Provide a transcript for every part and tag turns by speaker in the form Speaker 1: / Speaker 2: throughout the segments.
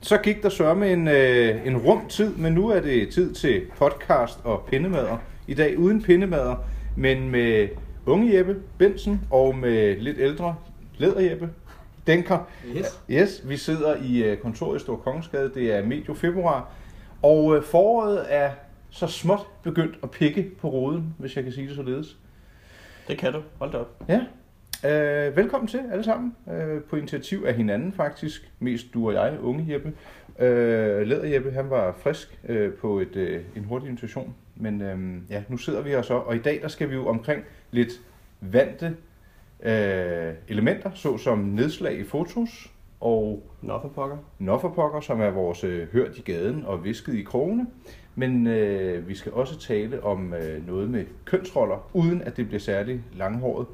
Speaker 1: Så gik der sørme en, øh, en rum tid, men nu er det tid til podcast og pindemader. I dag uden pindemader, men med unge Jeppe Bensen og med lidt ældre Leder Jeppe Denker.
Speaker 2: Yes.
Speaker 1: yes vi sidder i øh, kontoret i Stor Kongensgade. Det er medio februar. Og øh, foråret er så småt begyndt at pikke på roden, hvis jeg kan sige det således.
Speaker 2: Det kan du. Hold da op.
Speaker 1: Ja. Øh, velkommen til alle sammen, øh, på initiativ af hinanden faktisk, mest du og jeg, unge Jeppe. Øh, Leder Jeppe, han var frisk øh, på et, øh, en hurtig invitation, men øh, ja, nu sidder vi her så, og i dag der skal vi jo omkring lidt vante øh, elementer, såsom nedslag i fotos og
Speaker 2: Nå for pokker.
Speaker 1: Nofferpokker, som er vores øh, hørt i gaden og visket i krogene. Men øh, vi skal også tale om øh, noget med kønsroller, uden at det bliver særlig langhåret.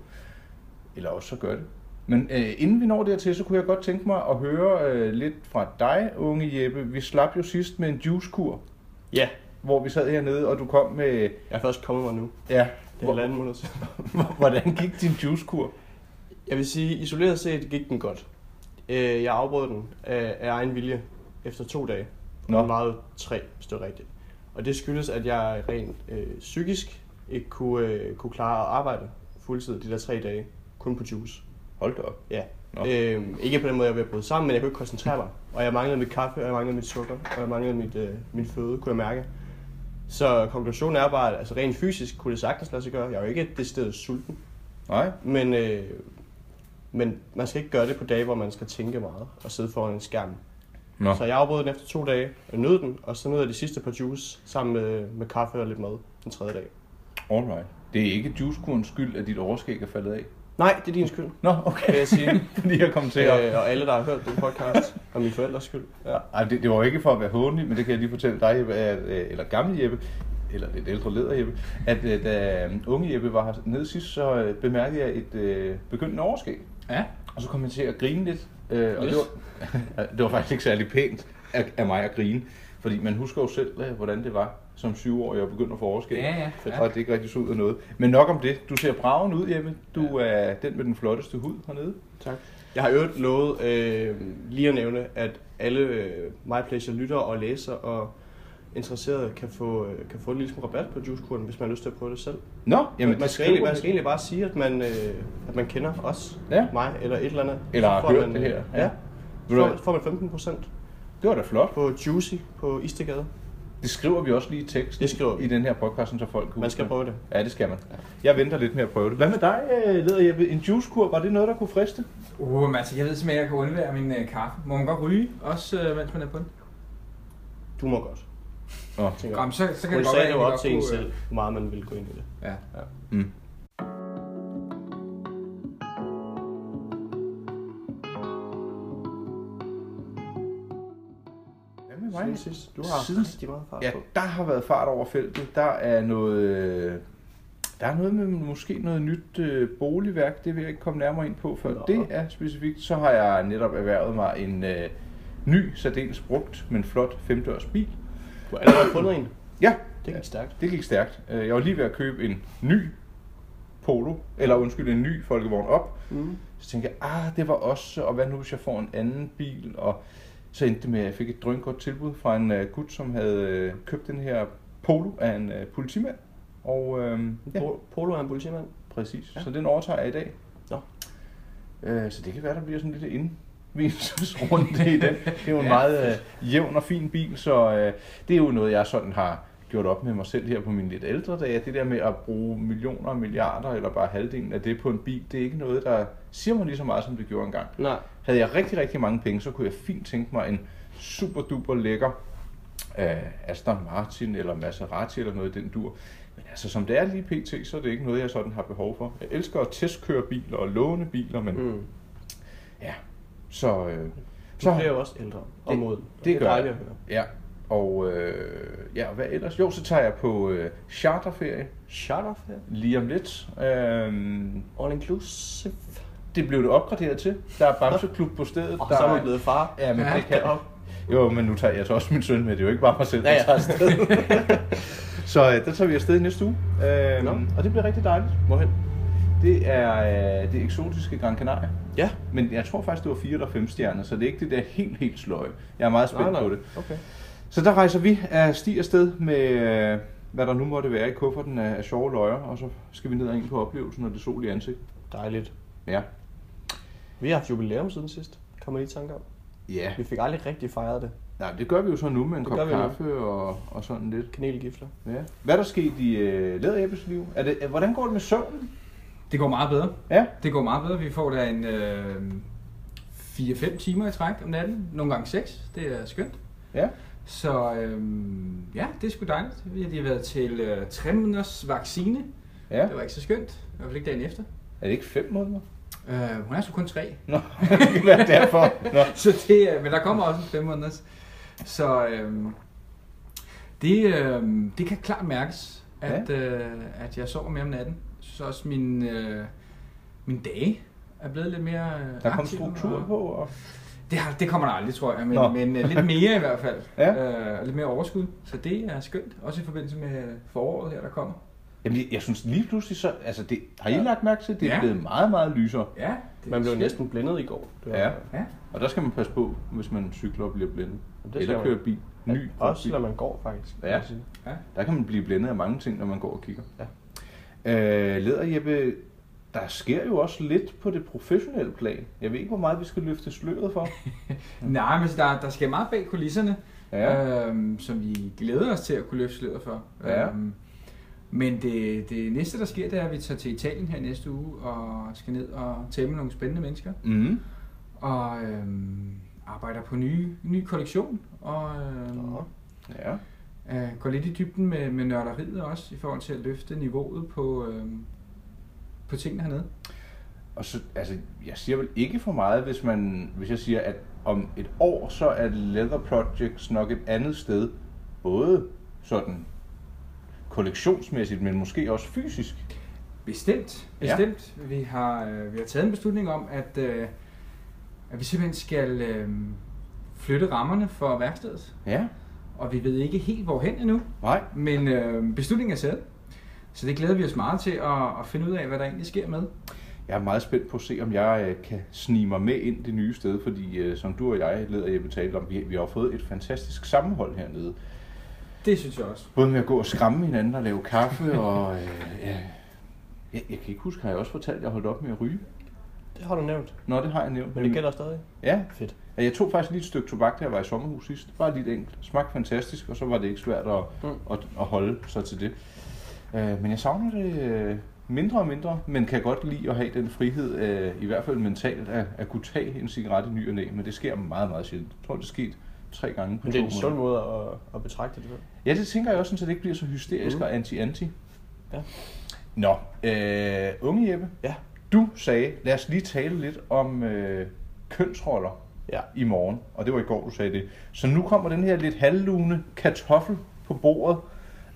Speaker 1: Eller også så gør det. Men øh, inden vi når dertil, så kunne jeg godt tænke mig at høre øh, lidt fra dig, unge Jeppe. Vi slap jo sidst med en juicekur,
Speaker 2: Ja,
Speaker 1: hvor vi sad hernede, og du kom med...
Speaker 2: jeg er først kommet mig nu.
Speaker 1: Ja,
Speaker 2: Det er
Speaker 1: hvor,
Speaker 2: halvanden måned siden.
Speaker 1: hvordan gik din juicekur?
Speaker 2: Jeg vil sige, isoleret set gik den godt. Øh, Jeg afbrød den af, af egen vilje efter to dage.
Speaker 1: Nå.
Speaker 2: Nå. Meget tre, hvis det er rigtigt. Og det skyldes, at jeg rent øh, psykisk ikke kunne, øh, kunne klare at arbejde fuldtid de der tre dage. Kun på juice.
Speaker 1: Hold da op.
Speaker 2: Ja.
Speaker 1: Nå.
Speaker 2: Øhm, ikke på den måde, jeg var ved at bryde sammen, men jeg kunne ikke koncentrere mig. Og jeg manglede mit kaffe, og jeg manglede mit sukker, og jeg manglede mit, øh, min føde, kunne jeg mærke. Så konklusionen er bare, at altså, rent fysisk kunne det sagtens lade sig gøre. Jeg er jo ikke det sted sulten,
Speaker 1: Nej?
Speaker 2: men, øh, men man skal ikke gøre det på dage, hvor man skal tænke meget og sidde foran en skærm.
Speaker 1: Nå.
Speaker 2: Så jeg afbrød den efter to dage, og nød den, og så nød jeg de sidste par juice sammen med, med kaffe og lidt mad den tredje dag.
Speaker 1: Alright. Det er ikke juicekurens skyld, at dit overskæg er faldet af.
Speaker 2: Nej, det er din skyld,
Speaker 1: Nå, okay.
Speaker 2: vil jeg sige.
Speaker 1: Fordi jeg kom til at...
Speaker 2: øh, og alle, der har hørt den podcast, og mine forældres skyld. Ja.
Speaker 1: Ej, det, det var jo ikke for at være hånlig, men det kan jeg lige fortælle dig, Jeppe, at, øh, eller gamle Jeppe, eller lidt ældre leder Jeppe, at øh, da unge Jeppe var hernede sidst, så øh, bemærkede jeg et øh, begyndende overskæg.
Speaker 3: Ja,
Speaker 1: Og så kom jeg til at grine lidt, øh, og det
Speaker 3: Yes.
Speaker 1: var, det var faktisk ikke særlig pænt af, af mig at grine, fordi man husker jo selv, øh, hvordan det var som syvårig at begynde at få overskæg.
Speaker 3: Ja, ja, ja.
Speaker 1: Og at det ikke rigtig så ud af noget. Men nok om det. Du ser braven ud, Jeppe. Du er den med den flotteste hud hernede.
Speaker 2: Tak. Jeg har i øvrigt lovet øh, lige at nævne, at alle øh, My Pleasure lyttere og læsere og interesserede kan få, øh, kan få en lille smule rabat på juicekuren, hvis man har lyst til at prøve det selv.
Speaker 1: Nå, jamen
Speaker 2: man,
Speaker 1: det
Speaker 2: skal egentlig,
Speaker 1: skriver
Speaker 2: man skal egentlig bare sige, at man, øh, at man kender os,
Speaker 1: Ja.
Speaker 2: mig eller et eller andet.
Speaker 1: Eller
Speaker 2: Så
Speaker 1: har
Speaker 2: får
Speaker 1: hørt
Speaker 2: man,
Speaker 1: det her.
Speaker 2: øh, Ja.
Speaker 1: Ved du
Speaker 2: Får,
Speaker 1: hvad?
Speaker 2: får man 15 procent
Speaker 1: Det var da flot.
Speaker 2: på Juicy på Istegade.
Speaker 1: Det skriver vi også lige i teksten
Speaker 2: Det skriver vi.
Speaker 1: i den her podcast, sådan så folk kan
Speaker 2: Man
Speaker 1: huske
Speaker 2: skal
Speaker 1: det.
Speaker 2: prøve det.
Speaker 1: Ja, det skal man. Jeg venter lidt med at prøve det. Hvad med dig, øh, leder Jeppe? En juicekur, var det noget, der kunne friste?
Speaker 3: Uh, men altså, jeg ved simpelthen, at jeg kan undvære min øh, kaffe. Må man godt ryge, også øh, mens man er på den?
Speaker 2: Du må godt.
Speaker 1: Nå.
Speaker 2: tænker jeg.
Speaker 3: Jamen, så, så kan
Speaker 2: Hun
Speaker 3: det godt
Speaker 2: sagde
Speaker 3: være,
Speaker 2: det jo
Speaker 3: at jeg
Speaker 2: op til en
Speaker 3: godt kunne,
Speaker 2: selv, hvor meget man ville gå ind i det.
Speaker 3: øh, Ja.
Speaker 1: Mm. Hvad med mig?
Speaker 2: Siden sidst. Du har
Speaker 1: Siden-
Speaker 2: rigtig meget fart
Speaker 1: Ja,
Speaker 2: på.
Speaker 1: der har været fart over feltet. Der er noget, øh, der er noget med måske noget nyt øh, boligværk. Det vil jeg ikke komme nærmere ind på, for
Speaker 2: Nå.
Speaker 1: det er specifikt. Så har jeg netop erhvervet mig en øh, ny, særdeles brugt, men flot femdørs bil.
Speaker 2: Du har allerede fundet en.
Speaker 1: Ja,
Speaker 2: Det gik stærkt.
Speaker 1: det gik stærkt. Øh, Jeg var lige ved at købe en ny Polo, eller undskyld, en ny folkevogn op.
Speaker 2: Mm.
Speaker 1: Så tænkte jeg, ah, det var også, og hvad nu hvis jeg får en anden bil? Og så endte det med, at jeg fik et drøngodt tilbud fra en uh, gut, som havde uh, købt den her Polo af en uh, politimand. Og uh, ja,
Speaker 2: Po- Polo er en politimand.
Speaker 1: præcis.
Speaker 2: Ja.
Speaker 1: Så den overtager jeg i dag.
Speaker 2: Nå.
Speaker 1: Uh, så det kan være, der bliver sådan lidt indvielsesrunde i den. Det er jo en
Speaker 3: Ja.
Speaker 1: meget øh, jævn og fin bil, så øh, det er jo noget, jeg sådan har gjort op med mig selv her på mine lidt ældre dage. Det der med at bruge millioner og milliarder, eller bare halvdelen af det på en bil, det er ikke noget, der siger mig lige så meget, som det gjorde engang.
Speaker 2: Nej.
Speaker 1: Havde jeg rigtig, rigtig mange penge, så kunne jeg fint tænke mig en super duper lækker øh, Aston Martin eller Maserati eller noget i den dur. Men altså, som det er lige pt, så er det ikke noget, jeg sådan har behov for. Jeg elsker at testkøre biler og låne biler, men mm.
Speaker 2: Mm.
Speaker 1: ja, så... Øh,
Speaker 2: Du bliver jo også ældre og
Speaker 1: Det-
Speaker 2: moden.
Speaker 1: det gør
Speaker 2: dejligt
Speaker 1: jeg.
Speaker 2: at høre.
Speaker 1: Ja, og øh, ja, hvad ellers? Jo, så tager jeg på øh, charterferie
Speaker 2: Shut off her.
Speaker 1: lige om lidt. Øh,
Speaker 2: All inclusive.
Speaker 1: det blev det opgraderet til. Der er Bamseklub på stedet.
Speaker 2: Og
Speaker 1: der
Speaker 2: så er man blevet far.
Speaker 1: Ja, men det kan
Speaker 2: Derop.
Speaker 1: Jo, men nu tager jeg så også min søn med. Det er jo ikke bare mig selv, der
Speaker 2: Ja, ja.
Speaker 1: tager afsted. så øh, der tager vi afsted i næste uge. Øh,
Speaker 2: Nå.
Speaker 1: og det bliver rigtig dejligt.
Speaker 2: Hvorhen?
Speaker 1: det er øh, det eksotiske Gran Canaria.
Speaker 2: Ja.
Speaker 1: Men jeg tror faktisk, det var 4 eller 5 stjerner, så det er ikke det der helt, helt sløje. Jeg er meget spændt på det.
Speaker 2: Okay.
Speaker 1: Så der rejser vi af sti afsted med, øh, hvad der nu måtte være i kufferten af, af sjove løjer, og så skal vi ned og ind på oplevelsen og det sol i ansigt.
Speaker 2: Dejligt.
Speaker 1: Ja.
Speaker 2: Vi har haft jubilæum siden sidst. Kommer lige i tanke om.
Speaker 1: Ja,
Speaker 2: Vi fik aldrig rigtig fejret det.
Speaker 1: Nej, det gør vi jo så nu med en
Speaker 2: Det
Speaker 1: kop
Speaker 2: gør vi nu.
Speaker 1: kaffe og, og sådan lidt.
Speaker 2: Kanelgifler.
Speaker 1: Ja. Hvad er der sket i øh, læderæbbes liv? Er det, er, hvordan går det med søvnen?
Speaker 3: Det går meget bedre.
Speaker 1: Ja.
Speaker 3: Det går meget bedre. Vi får da en øh, 4-5 timer i træk om natten. Nogle gange 6. Det er skønt.
Speaker 1: Ja.
Speaker 3: Så øh, ja, det er sgu dejligt. Vi har lige været til øh, 3 måneders vaccine.
Speaker 1: ja.
Speaker 3: Det var ikke så skønt. I hvert fald ikke dagen efter.
Speaker 1: Er det ikke fem måneder?
Speaker 3: Øh, hun er så kun 3.
Speaker 1: Nå, det kan være derfor. Nå.
Speaker 3: Så det, er- men der kommer også en 5 måneders. Så øh, det, øh, det kan klart mærkes, at, øh, at jeg sover mere om natten. Jeg synes også, min, øh, min dage er blevet lidt mere øh,
Speaker 1: Der kom
Speaker 3: aktive, og-
Speaker 1: struktur på. Og...
Speaker 3: Det, har, det kommer der aldrig, tror jeg, men,
Speaker 1: Nå.
Speaker 3: men uh, lidt mere i hvert fald.
Speaker 1: Ja.
Speaker 3: Uh, lidt mere overskud, så det er skønt. Også i forbindelse med øh, foråret her, der kommer.
Speaker 1: Jamen, jeg, jeg synes lige pludselig så... Altså, det, har I
Speaker 2: Ja.
Speaker 1: lagt mærke til, at det er
Speaker 3: Ja.
Speaker 1: blevet meget, meget lysere.
Speaker 3: Ja, det
Speaker 2: Man
Speaker 3: er
Speaker 2: blev
Speaker 3: skønt.
Speaker 2: næsten blændet i går. Det var-
Speaker 1: Ja.
Speaker 3: Ja.
Speaker 1: Og der skal man passe på, hvis man cykler og bliver blændet.
Speaker 2: Jamen, det
Speaker 1: Eller
Speaker 2: skal man.
Speaker 1: kører bil. Ny
Speaker 2: Også
Speaker 1: bil.
Speaker 2: når man går, faktisk. kan
Speaker 1: Ja.
Speaker 2: man sige.
Speaker 1: Der kan man blive blændet af mange ting, når man går og kigger.
Speaker 2: Ja.
Speaker 1: Øh, Leder Jeppe, der sker jo også lidt på det professionelle plan. Jeg ved ikke, hvor meget vi skal løfte sløret for.
Speaker 3: Nej, men så der, der skal meget bag kulisserne,
Speaker 1: Ja.
Speaker 3: øhm, som vi glæder os til at kunne løfte sløret for.
Speaker 1: Ja.
Speaker 3: Øhm, men det, det næste, der sker, det er, at vi tager til Italien her næste uge og skal ned og tæmme nogle spændende mennesker.
Speaker 1: Mm.
Speaker 3: Og øhm, arbejder på nye, ny kollektion. Og, øhm,
Speaker 2: Nå.
Speaker 1: Ja.
Speaker 3: øh, går lidt i dybden med, med nørderiet også, i forhold til at løfte niveauet på, øh, på tingene hernede.
Speaker 1: Og så, altså, jeg siger vel ikke for meget, hvis, man, hvis jeg siger, at om et år, så er Leather Projects nok et andet sted. Både sådan kollektionsmæssigt, men måske også fysisk.
Speaker 3: Bestemt,
Speaker 1: Ja.
Speaker 3: bestemt. Ja. Vi, har, øh, vi har taget en beslutning om, at, øh, at vi simpelthen skal øh, flytte rammerne for værkstedet.
Speaker 1: Ja.
Speaker 3: Og vi ved ikke helt hvorhen endnu,
Speaker 1: Nej.
Speaker 3: men øh, beslutningen er taget. Så det glæder vi os meget til at, at finde ud af, hvad der egentlig sker med.
Speaker 1: Jeg er meget spændt på at se, om jeg øh, kan snige mig med ind det nye sted, fordi øh, som du og jeg leder jeg betalte om, vi, vi har jo fået et fantastisk sammenhold hernede.
Speaker 3: Det synes jeg også.
Speaker 1: Både med at gå og skræmme hinanden og lave kaffe, og øh, ja, jeg, jeg kan ikke huske, har jeg også fortalt, at jeg holdt op med at ryge?
Speaker 2: Det har du nævnt.
Speaker 1: Nå, det har jeg nævnt.
Speaker 2: Men det gælder stadig.
Speaker 1: Ja,
Speaker 2: Fedt.
Speaker 1: Ja, Jeg tog faktisk lige et stykke tobak, da jeg var i sommerhus sidst. Bare lige et enkelt. Smagte fantastisk, og så var det ikke svært at,
Speaker 2: Mm.
Speaker 1: at, at holde sig til det. Øh, men jeg savner det øh, mindre og mindre, men kan godt lide at have den frihed, øh, i hvert fald mentalt, at, at kunne tage en cigaret i ny og næ. Men det sker meget, meget sjældent. Jeg tror, det er sket tre gange på
Speaker 2: Men det er
Speaker 1: to
Speaker 2: en
Speaker 1: måneder.
Speaker 2: sund måde at, at betragte det på.
Speaker 1: Ja, det tænker jeg også, sådan, så det ikke bliver så hysterisk mm.
Speaker 2: Mm.
Speaker 1: og anti-anti.
Speaker 2: Ja.
Speaker 1: Nå, øh, unge Jeppe.
Speaker 2: Ja.
Speaker 1: Du sagde, lad os lige tale lidt om øh, kønsroller
Speaker 2: Ja.
Speaker 1: i morgen. Og det var i går, du sagde det. Så nu kommer den her lidt halvlune kartoffel på bordet.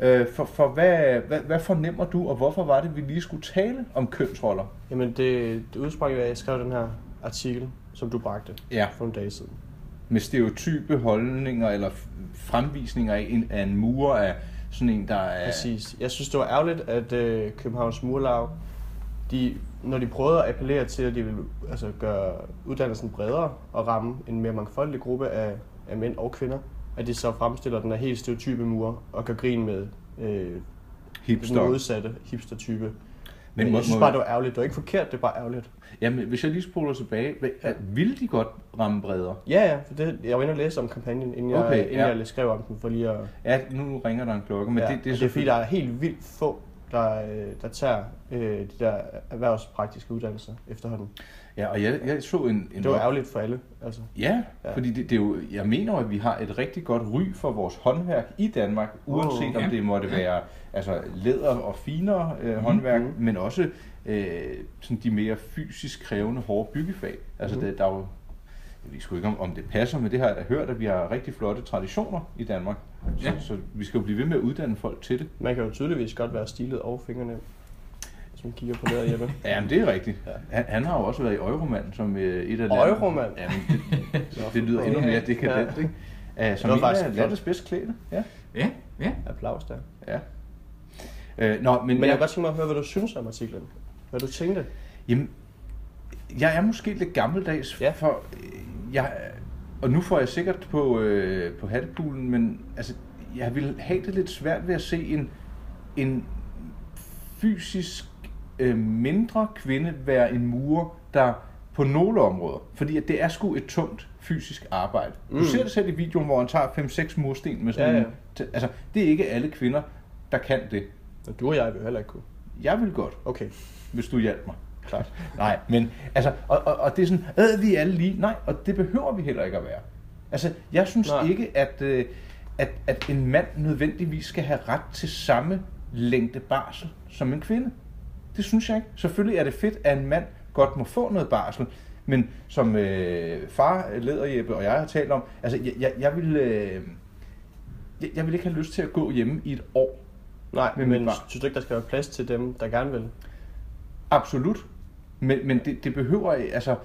Speaker 1: Øh, for for hvad, hvad, hvad fornemmer du, og hvorfor var det, vi lige skulle tale om kønsroller?
Speaker 2: Jamen, det, det udsprang jo af, at jeg skrev den her artikel, som du bragte
Speaker 1: Ja.
Speaker 2: for nogle dage siden.
Speaker 1: Med stereotype holdninger eller f- fremvisninger af en, af en murer, af sådan en, der er...
Speaker 2: Præcis. Jeg synes, det var ærgerligt, at øh, Københavns Murlaug, de, når de prøvede at appellere til, at de ville altså, gøre uddannelsen bredere og ramme en mere mangfoldig gruppe af, af mænd og kvinder, at de så fremstiller den her helt stereotype mur og gør grin med øh, den
Speaker 1: hipster.
Speaker 2: modsatte hipster-type.
Speaker 1: Men
Speaker 2: Men, Men
Speaker 1: må-
Speaker 2: jeg synes
Speaker 1: må-
Speaker 2: bare, det var ærgerligt. Det var ikke forkert, det er bare ærgerligt.
Speaker 1: Jamen, hvis jeg lige spoler tilbage, hvad- at- ville de godt ramme bredere?
Speaker 2: Ja, ja, for det, jeg var inde og læse om kampagnen, inden, jeg,
Speaker 1: Okay,
Speaker 2: inden
Speaker 1: ja.
Speaker 2: jeg skrev om den, for lige at...
Speaker 1: Ja, nu ringer der en klokke, men
Speaker 2: Men
Speaker 1: ja,
Speaker 2: ja,
Speaker 1: det, det er
Speaker 2: det er fordi,
Speaker 1: selvfølgelig...
Speaker 2: der er helt vildt få, der, øh, der tager øh, de der erhvervspraktiske uddannelser efterhånden.
Speaker 1: Ja, og jeg, jeg så en... en
Speaker 2: Det var ærgerligt for alle. Altså.
Speaker 1: Ja,
Speaker 2: Ja.
Speaker 1: fordi det, det er jo, jeg mener jo, at vi har et rigtig godt ry for vores håndværk i Danmark, uanset
Speaker 2: Wow.
Speaker 1: om
Speaker 3: Ja.
Speaker 1: det måtte
Speaker 3: Ja.
Speaker 1: være altså, læder og finere øh,
Speaker 2: Mhm.
Speaker 1: håndværk, men også øh, sådan de mere fysisk krævende, hårde byggefag. Altså,
Speaker 2: Mhm.
Speaker 1: det, der er jo, jeg ved sgu ikke, om, om det passer, men det har jeg da hørt, at vi har rigtig flotte traditioner i Danmark. Så,
Speaker 3: Ja.
Speaker 1: så vi skal jo blive ved med at uddanne folk til det.
Speaker 2: Man kan jo tydeligvis godt være stilet og fingrene, hvis man kigger på det hjemme.
Speaker 1: Ja, men det er rigtigt. Han, han har jo også været i Euroman som øh, et af
Speaker 2: Euroman?
Speaker 1: Ja, men det, det lyder endnu mere dekadent, ikke? Uh, som
Speaker 2: var
Speaker 1: en
Speaker 2: faktisk
Speaker 1: af
Speaker 2: flot.
Speaker 1: landets bedst klæde. Ja.
Speaker 3: Ja, ja.
Speaker 2: Applaus der.
Speaker 1: ja. Øh, Uh, nå, men,
Speaker 2: Men jeg kunne godt tænke mig at høre, hvad du synes om artiklen. hvad du tænkte.
Speaker 1: Jamen, jeg er måske lidt gammeldags,
Speaker 2: Ja.
Speaker 1: ja. for øh, jeg, og nu får jeg sikkert på, øh, på hattepulen, men altså, jeg ville have det lidt svært ved at se en, en fysisk øh, mindre kvinde være en murer, der på nogle områder, fordi at det er sgu et tungt fysisk arbejde. Mm.
Speaker 2: Mm.
Speaker 1: Du ser det selv i videoen, hvor han tager 5-6 mursten med sådan
Speaker 2: Ja,
Speaker 1: ja,
Speaker 2: ja.
Speaker 1: ja. Altså, det er ikke alle kvinder, der kan det.
Speaker 2: Og du og jeg vil jo heller ikke kunne.
Speaker 1: Jeg vil godt
Speaker 2: Okay.
Speaker 1: hvis du hjalp mig. Klart. Nej, men altså, og, og, og det er sådan, øh, vi er alle lige. Nej, og det behøver vi heller ikke at være. Altså, jeg synes
Speaker 2: Nej.
Speaker 1: Nej. ikke, at, øh, at, at en mand nødvendigvis skal have ret til samme længde barsel som en kvinde. Det synes jeg ikke. Selvfølgelig er det fedt, at en mand godt må få noget barsel, men som øh, far, lederjeppe og jeg har talt om, altså, jeg, jeg, jeg vil... Øh, jeg, jeg vil ikke have lyst til at gå hjemme i et år.
Speaker 2: Nej,
Speaker 1: Med
Speaker 2: men,
Speaker 1: mit
Speaker 2: men
Speaker 1: barn.
Speaker 2: synes du ikke, der skal være plads til dem, der gerne vil?
Speaker 1: Absolut. Men, men det, det behøver, altså,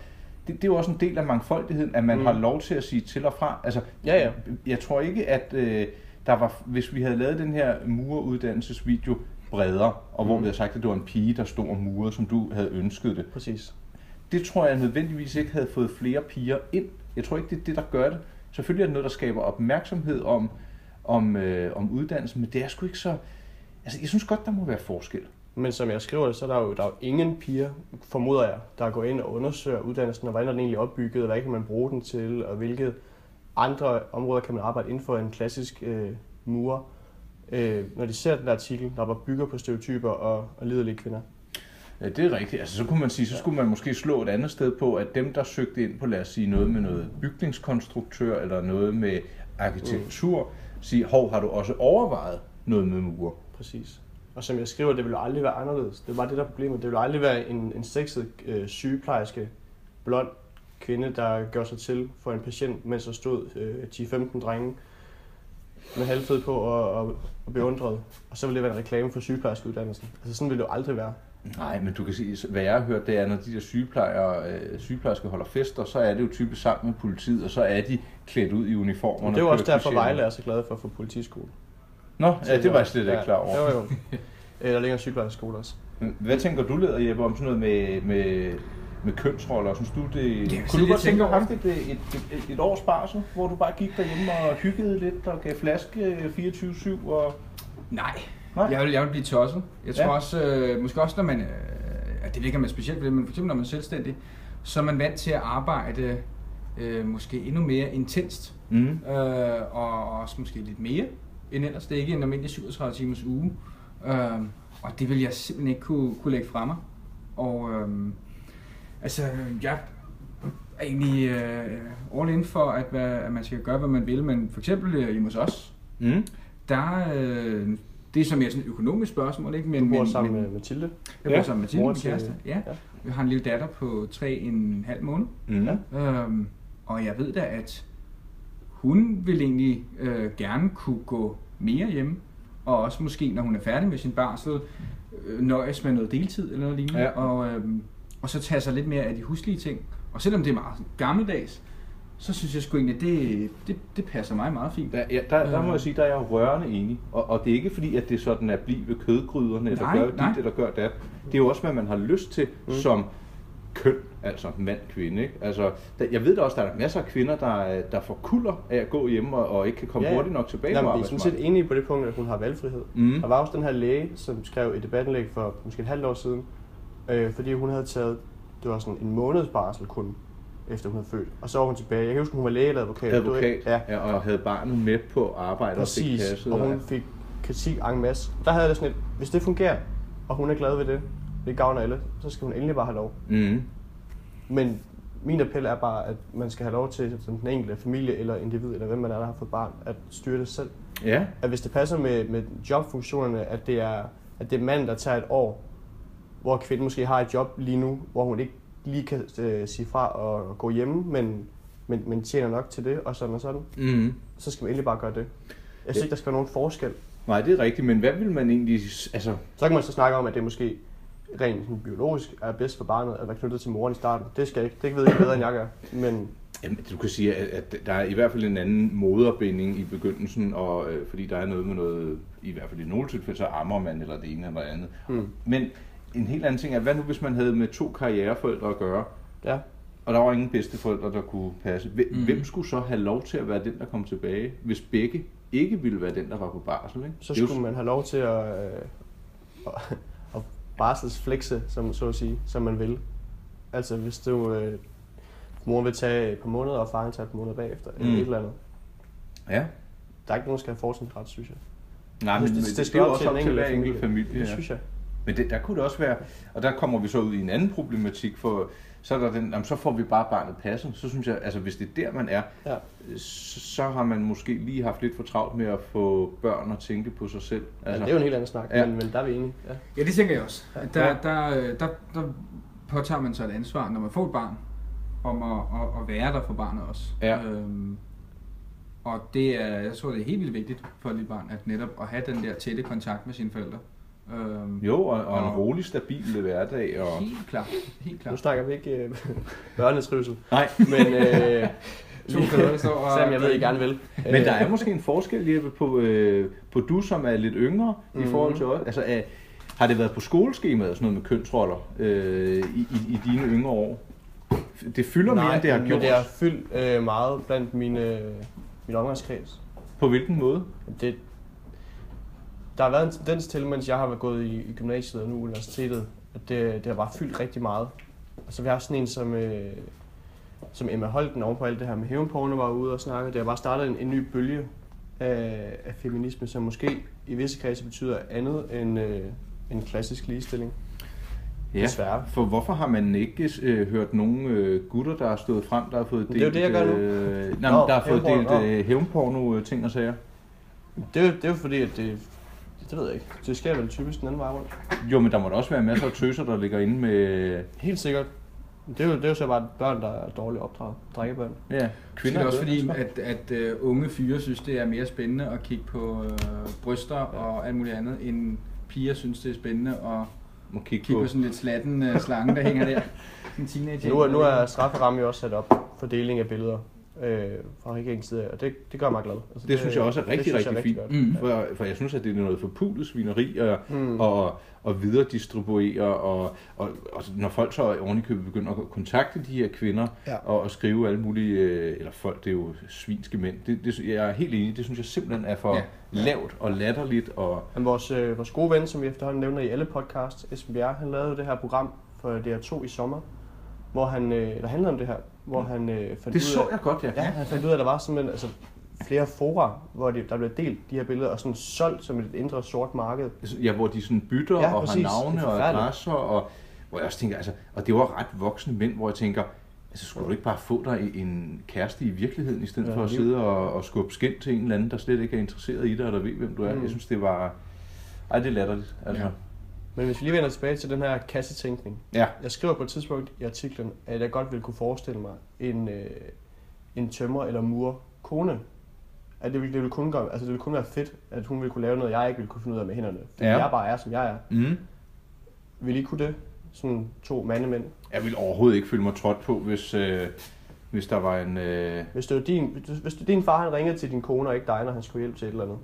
Speaker 1: det, det er jo også en del af mangfoldigheden, at man
Speaker 2: Mm.
Speaker 1: mm. har lov til at sige til og fra. Altså,
Speaker 2: Ja, ja.
Speaker 1: Jeg tror ikke, at øh, der var, hvis vi havde lavet den her mureruddannelsesvideo bredere, og hvor
Speaker 2: Mm.
Speaker 1: vi havde sagt, at det var en pige, der stod og murede, som du havde ønsket det.
Speaker 2: Præcis.
Speaker 1: Det tror jeg nødvendigvis ikke havde fået flere piger ind. Jeg tror ikke, det er det, der gør det. Selvfølgelig er det noget, der skaber opmærksomhed om, om, øh, om uddannelsen, men det er sgu ikke så... Altså, jeg synes godt, der må være forskel.
Speaker 2: Men som jeg skriver det, så er der jo, der er jo ingen piger, formoder jeg, der går ind og undersøger uddannelsen, og hvordan er den egentlig opbygget, og hvad kan man bruge den til, og hvilke andre områder kan man arbejde inden for en klassisk øh, mur, øh, når de ser den der artikel, der bare bygger på stereotyper og, og liderlige kvinder.
Speaker 1: Ja, det er rigtigt. Altså, så kunne man sige, så skulle man måske slå et andet sted på, at dem, der søgte ind på, lad os sige, noget med noget bygningskonstruktør eller noget med arkitektur, mm. sige, hov, har du også overvejet noget med murer?
Speaker 2: Præcis. Og som jeg skriver, det vil jo aldrig være anderledes. Det var det der er problemet. Det vil aldrig være en, en sexet øh, sygeplejerske, blond kvinde, der gør sig til for en patient, mens der stod øh, 10-15 drenge med halvfed på og, og, og beundret. Og så ville det være en reklame for sygeplejerskeuddannelsen. Altså sådan ville det jo aldrig være.
Speaker 1: Nej, men du kan sige, hvad jeg har hørt, det er, når de der sygeplejer, øh, sygeplejersker holder fester, så er det jo typisk sammen med politiet, og så er de klædt ud i uniformer.
Speaker 2: Og det er jo også derfor, Vejle er så glad for at få politiskole.
Speaker 1: Nå, ja, det var jeg slet ikke
Speaker 2: Ja,
Speaker 1: klar over.
Speaker 2: Jo, jo. Øh, Der ligger en sygeplejerskeskole også.
Speaker 1: Men Hvad tænker du, Leder Jeppe, om sådan noget med, med, med kønsroller? Synes du, det...
Speaker 3: Ja, så
Speaker 1: kunne du
Speaker 3: jeg
Speaker 1: godt tænke
Speaker 3: tænker
Speaker 1: dig haft et, et, et, et års barsel, hvor du bare gik derhjemme og hyggede lidt og gav flaske øh, 24-7 og...
Speaker 3: Nej.
Speaker 1: Nej.
Speaker 3: Jeg vil, jeg vil blive tosset. Jeg tror ja.
Speaker 1: Ja.
Speaker 3: også, øh, måske også når man, øh, at det ved ikke, om man er specielt ved det, men for eksempel når man er selvstændig, så er man vant til at arbejde øh, måske endnu mere intenst,
Speaker 1: Mm.
Speaker 3: øh, og også måske lidt mere end ellers. Det er ikke en almindelig 37 timers uge, øh, og det vil jeg simpelthen ikke kunne, kunne lægge fra mig. Og øh, altså, jeg er egentlig øh, all in for, at, hvad, at man skal gøre, hvad man vil, men for eksempel øh, hjemme hos os,
Speaker 1: Mm.
Speaker 3: der, øh, det er som mere sådan et økonomisk spørgsmål, ikke? Men,
Speaker 2: Du bor
Speaker 3: men,
Speaker 2: sammen
Speaker 3: men,
Speaker 2: med Mathilde.
Speaker 3: Jeg bor
Speaker 1: Ja.
Speaker 3: sammen med Mathilde,
Speaker 2: Mor
Speaker 3: min
Speaker 2: til-
Speaker 3: kæreste. Ja.
Speaker 2: ja.
Speaker 3: Jeg har en lille datter på tre en halv måned.
Speaker 1: Mm. Ja.
Speaker 3: Øhm, og jeg ved da, at hun vil egentlig øh, gerne kunne gå mere hjemme. Og også måske, når hun er færdig med sin barsel, øh, nøjes med noget deltid eller noget lignende.
Speaker 1: Ja.
Speaker 3: Og, øhm, og så tage sig lidt mere af de huslige ting. Og selvom det er meget sådan gammeldags, så synes jeg sgu egentlig, det, det, det passer mig meget fint.
Speaker 1: Der, ja, der, der
Speaker 3: Øh.
Speaker 1: må jeg sige, der er jeg rørende enig. Og, og det er ikke fordi, at det er sådan at blive ved kødgryderne, eller
Speaker 3: Nej,
Speaker 1: gør
Speaker 3: nej.
Speaker 1: dit, eller gør dat. Det er jo også, hvad man har lyst til
Speaker 2: Mm.
Speaker 1: mm. som køn, altså mand, kvinde. Ikke? Altså, der, jeg ved da også, der er masser af kvinder, der, der får kulder af at gå hjemme og, og ikke kan komme
Speaker 2: Ja,
Speaker 1: ja,
Speaker 2: ja.
Speaker 1: hurtigt nok tilbage på
Speaker 2: Jamen, vi er sådan
Speaker 1: arbejdsmarkedet.
Speaker 2: set enige på det punkt, at hun har valgfrihed.
Speaker 1: Mm.
Speaker 2: Der var også den her læge, som skrev et debatindlæg for måske et halvt år siden, øh, fordi hun havde taget, det var sådan en måneds barsel kun, efter hun havde født. Og så var hun tilbage. Jeg kan huske, hun var læge eller advokat. Det var
Speaker 1: advokat,
Speaker 2: ikke- Ja,
Speaker 1: ja. og havde barnet med på arbejde og fik
Speaker 2: præcis.
Speaker 1: kasset.
Speaker 2: Og hun fik kritik en masse. Der havde jeg det sådan et, hvis det fungerer, og hun er glad ved det, det gavner alle, så skal hun endelig bare have lov.
Speaker 1: mm.
Speaker 2: Men min appel er bare, at man skal have lov til, som den enkelte familie eller individ, eller hvem man er, der har fået barn, at styre det selv
Speaker 1: Ja,
Speaker 2: at hvis det passer med, med jobfunktionerne, at det er at det er manden, der tager et år, hvor kvinden måske har et job lige nu, hvor hun ikke lige kan øh, sige fra og gå hjemme, men, men, men tjener nok til det, og sådan og sådan,
Speaker 1: mm.
Speaker 2: så skal man endelig bare gøre det. Jeg synes
Speaker 1: Ja.
Speaker 2: ikke, der skal være nogen forskel.
Speaker 1: Nej, det er rigtigt, men hvad vil man egentlig... s- Altså,
Speaker 2: Så kan man så snakke om, at det måske rent sådan biologisk er bedst for barnet at være knyttet til moren i starten. Det skal jeg ikke. Det ved jeg bedre, end jeg gør. Men
Speaker 1: jamen, du kan sige, at, at der er i hvert fald en anden moderbinding i begyndelsen, og, øh, fordi der er noget med noget, i hvert fald i nogle tilfælde, så ammer man eller det ene eller det andet.
Speaker 2: Mm.
Speaker 1: Men en helt anden ting er, hvad nu hvis man havde med to karriereforældre at gøre,
Speaker 2: Ja.
Speaker 1: og der var ingen bedsteforældre, der kunne passe. Hvem,
Speaker 3: Mhm.
Speaker 1: mm. hvem skulle så have lov til at være den, der kom tilbage, hvis begge ikke ville være den, der var på barsel? Ikke?
Speaker 2: Så
Speaker 1: Det er jo
Speaker 2: skulle man have lov til at, øh, at- at barselsflexe, som, så at sige, som man vil. Altså hvis du, øh, mor vil tage et par måneder, og faren tager et par måneder bagefter, mm. eller
Speaker 1: Mm.
Speaker 2: et eller andet.
Speaker 1: Ja.
Speaker 2: Der er ikke nogen, der skal have fortrinsret, synes jeg.
Speaker 1: Nej, men det, det, det, det
Speaker 2: skal
Speaker 1: er
Speaker 2: op
Speaker 1: jo
Speaker 2: til
Speaker 1: også op
Speaker 2: den
Speaker 1: til hver
Speaker 2: enkelte
Speaker 1: enkelt familie.
Speaker 2: Det
Speaker 1: ja.
Speaker 2: synes jeg.
Speaker 1: Men det, der kunne det også være, og der kommer vi så ud i en anden problematik, for så er der den, jamen, så får vi bare barnet passet. Så synes jeg, altså hvis det er der, man er,
Speaker 2: Ja.
Speaker 1: så, så har man måske lige haft lidt for travlt med at få børn og tænke på sig selv.
Speaker 2: Altså, det er jo en helt anden snak, ja.
Speaker 1: Ja.
Speaker 2: men, men der er vi enige. Ja.
Speaker 3: Ja, det tænker jeg også. At Der,
Speaker 2: Ja.
Speaker 3: der, øh, der, der påtager man sig et ansvar, når man får et barn, om at, at, at være der for barnet også.
Speaker 1: Ja.
Speaker 3: Øhm, og det er, jeg tror, det er helt vildt vigtigt for et lille barn, at netop at have den der tætte kontakt med sine forældre. Øhm,
Speaker 1: Jo, og, og en
Speaker 3: Og-
Speaker 1: rolig, stabil hverdag. Og...
Speaker 3: Helt klart, helt
Speaker 2: Nu
Speaker 3: klart.
Speaker 2: snakker vi ikke øh, børnetrivsel,
Speaker 1: Nej,
Speaker 2: men, øh,
Speaker 3: To fædre, der står og-
Speaker 2: selvom jeg ved, I gerne vil. Øh,
Speaker 1: men der er måske en forskel, Jeppe, på, øh, på du, som er lidt yngre mm.
Speaker 2: Mhm.
Speaker 1: i forhold til os. Altså, øh, har det været på skoleskemaet og sådan noget med kønsroller øh, i, i, i dine yngre år? Det fylder
Speaker 2: Nej,
Speaker 1: mere, end det har
Speaker 2: men
Speaker 1: gjort.
Speaker 2: det har fyldt øh, meget blandt mine, øh, min omgangskreds.
Speaker 1: På hvilken måde?
Speaker 2: Det, der har været en tendens til, mens jeg har været gået i, i gymnasiet og nu universitetet, at det, det har bare fyldt rigtig meget. Og så har vi haft sådan en som, øh, som Emma Holten oven på alt det her med hævnporno var ude og snakke. Det har bare startet en, en ny bølge af, af feminisme, som måske i visse kredse betyder andet end, øh, end klassisk ligestilling. Desværre.
Speaker 1: For hvorfor har man ikke øh, hørt nogen øh, gutter, der har stået frem, der har fået
Speaker 2: Men det er
Speaker 1: delt...
Speaker 2: jo det, jeg gør nu.
Speaker 1: Øh, nej,
Speaker 2: Nå,
Speaker 1: men der har fået
Speaker 2: hævnporno,
Speaker 1: delt øh, hævnporno-ting og sager.
Speaker 2: Det, er jo- det er jo fordi, at det, det ved jeg ikke. Det sker vel typisk den anden vej rundt.
Speaker 1: Jo, men der må da også være masser af tøser, der ligger inde med...
Speaker 2: Helt sikkert. Det er jo, det er jo så bare børn, der er dårligt opdraget. Drengebørn.
Speaker 1: Ja,
Speaker 3: Kvinder
Speaker 1: kvinder.
Speaker 3: det er også
Speaker 1: ved,
Speaker 3: fordi,
Speaker 1: altså.
Speaker 3: at, at øh, unge fyre synes, det er mere spændende at kigge på øh, bryster og alt muligt andet, end piger synes, det er spændende at
Speaker 1: Må kigge
Speaker 3: kigge
Speaker 1: på.
Speaker 3: på sådan lidt slatten øh, slange, der hænger der. En teenager.
Speaker 2: Altså, Nu er, nu er strafferammen jo også sat op for deling af billeder øh, fra regeringens side, af, og det, det gør mig glad. Altså,
Speaker 1: Det synes jeg også er rigtig,
Speaker 2: synes jeg
Speaker 1: rigtig fint.
Speaker 2: godt.
Speaker 3: Mm.
Speaker 1: For, for jeg synes, at det er noget forpulet svineri og,
Speaker 2: Mm.
Speaker 1: mm. og, og videredistribuere. Og, og, og når folk så ovenikøbet begynder at kontakte de her kvinder
Speaker 2: Ja.
Speaker 1: ja. og, og skrive alle mulige... Øh, eller folk, det er jo svinske mænd. Det, det, jeg er helt enig, det synes jeg simpelthen er for
Speaker 3: Ja.
Speaker 1: ja. lavt og latterligt. Og,
Speaker 2: Men vores, øh, vores gode ven, som vi efterhånden nævner i alle podcasts, Esben Bjerre, han lavede jo det her program for DR2 i sommer, hvor han, øh, der handlede om det her, hvor han øh, fandt
Speaker 1: Mm.
Speaker 2: ud
Speaker 1: Det så
Speaker 2: af,
Speaker 1: jeg godt, ja.
Speaker 2: Ja, han fandt ud af, at der var simpelthen altså, flere fora, hvor de, der blev delt de her billeder, og sådan solgt som et indre sort marked.
Speaker 1: Ja, hvor de sådan bytter
Speaker 2: Ja,
Speaker 1: ja, og
Speaker 2: præcis.
Speaker 1: har
Speaker 2: Det
Speaker 1: navne
Speaker 2: er
Speaker 1: og
Speaker 2: forfærdeligt.
Speaker 1: adresser, og hvor jeg også tænker, altså, og det var ret voksne mænd, hvor jeg tænker, altså skulle du ikke bare få dig en kæreste i virkeligheden, i stedet
Speaker 2: Ja,
Speaker 1: ja, for at
Speaker 2: liv.
Speaker 1: sidde og, og skubbe skænd til en eller anden, der slet ikke er interesseret i dig, og der ved, hvem du er.
Speaker 2: Mm.
Speaker 1: Mm. Jeg synes, det var... Ej, det er latterligt. Altså.
Speaker 3: Ja.
Speaker 1: Ja.
Speaker 2: Men hvis vi lige vender tilbage til den her kassetænkning,
Speaker 1: ja.
Speaker 2: Jeg skriver på et tidspunkt i artiklen, at jeg godt ville kunne forestille mig en, øh, en tømmer eller mur kone. At det ville, det, ville kun gøre, altså det ville kun være fedt, at hun ville kunne lave noget, jeg ikke ville kunne finde ud af med hænderne. Fordi ja.
Speaker 1: Ja.
Speaker 2: jeg bare er, som jeg er.
Speaker 1: Mm.
Speaker 2: Vil I kunne det? Sådan to mandemænd.
Speaker 1: Jeg ville overhovedet ikke føle mig trådt på, hvis, øh, hvis der var en... Øh...
Speaker 2: Hvis det var din, hvis- hvis det var din far han ringede til din kone og ikke dig, når han skulle hjælpe til et eller andet.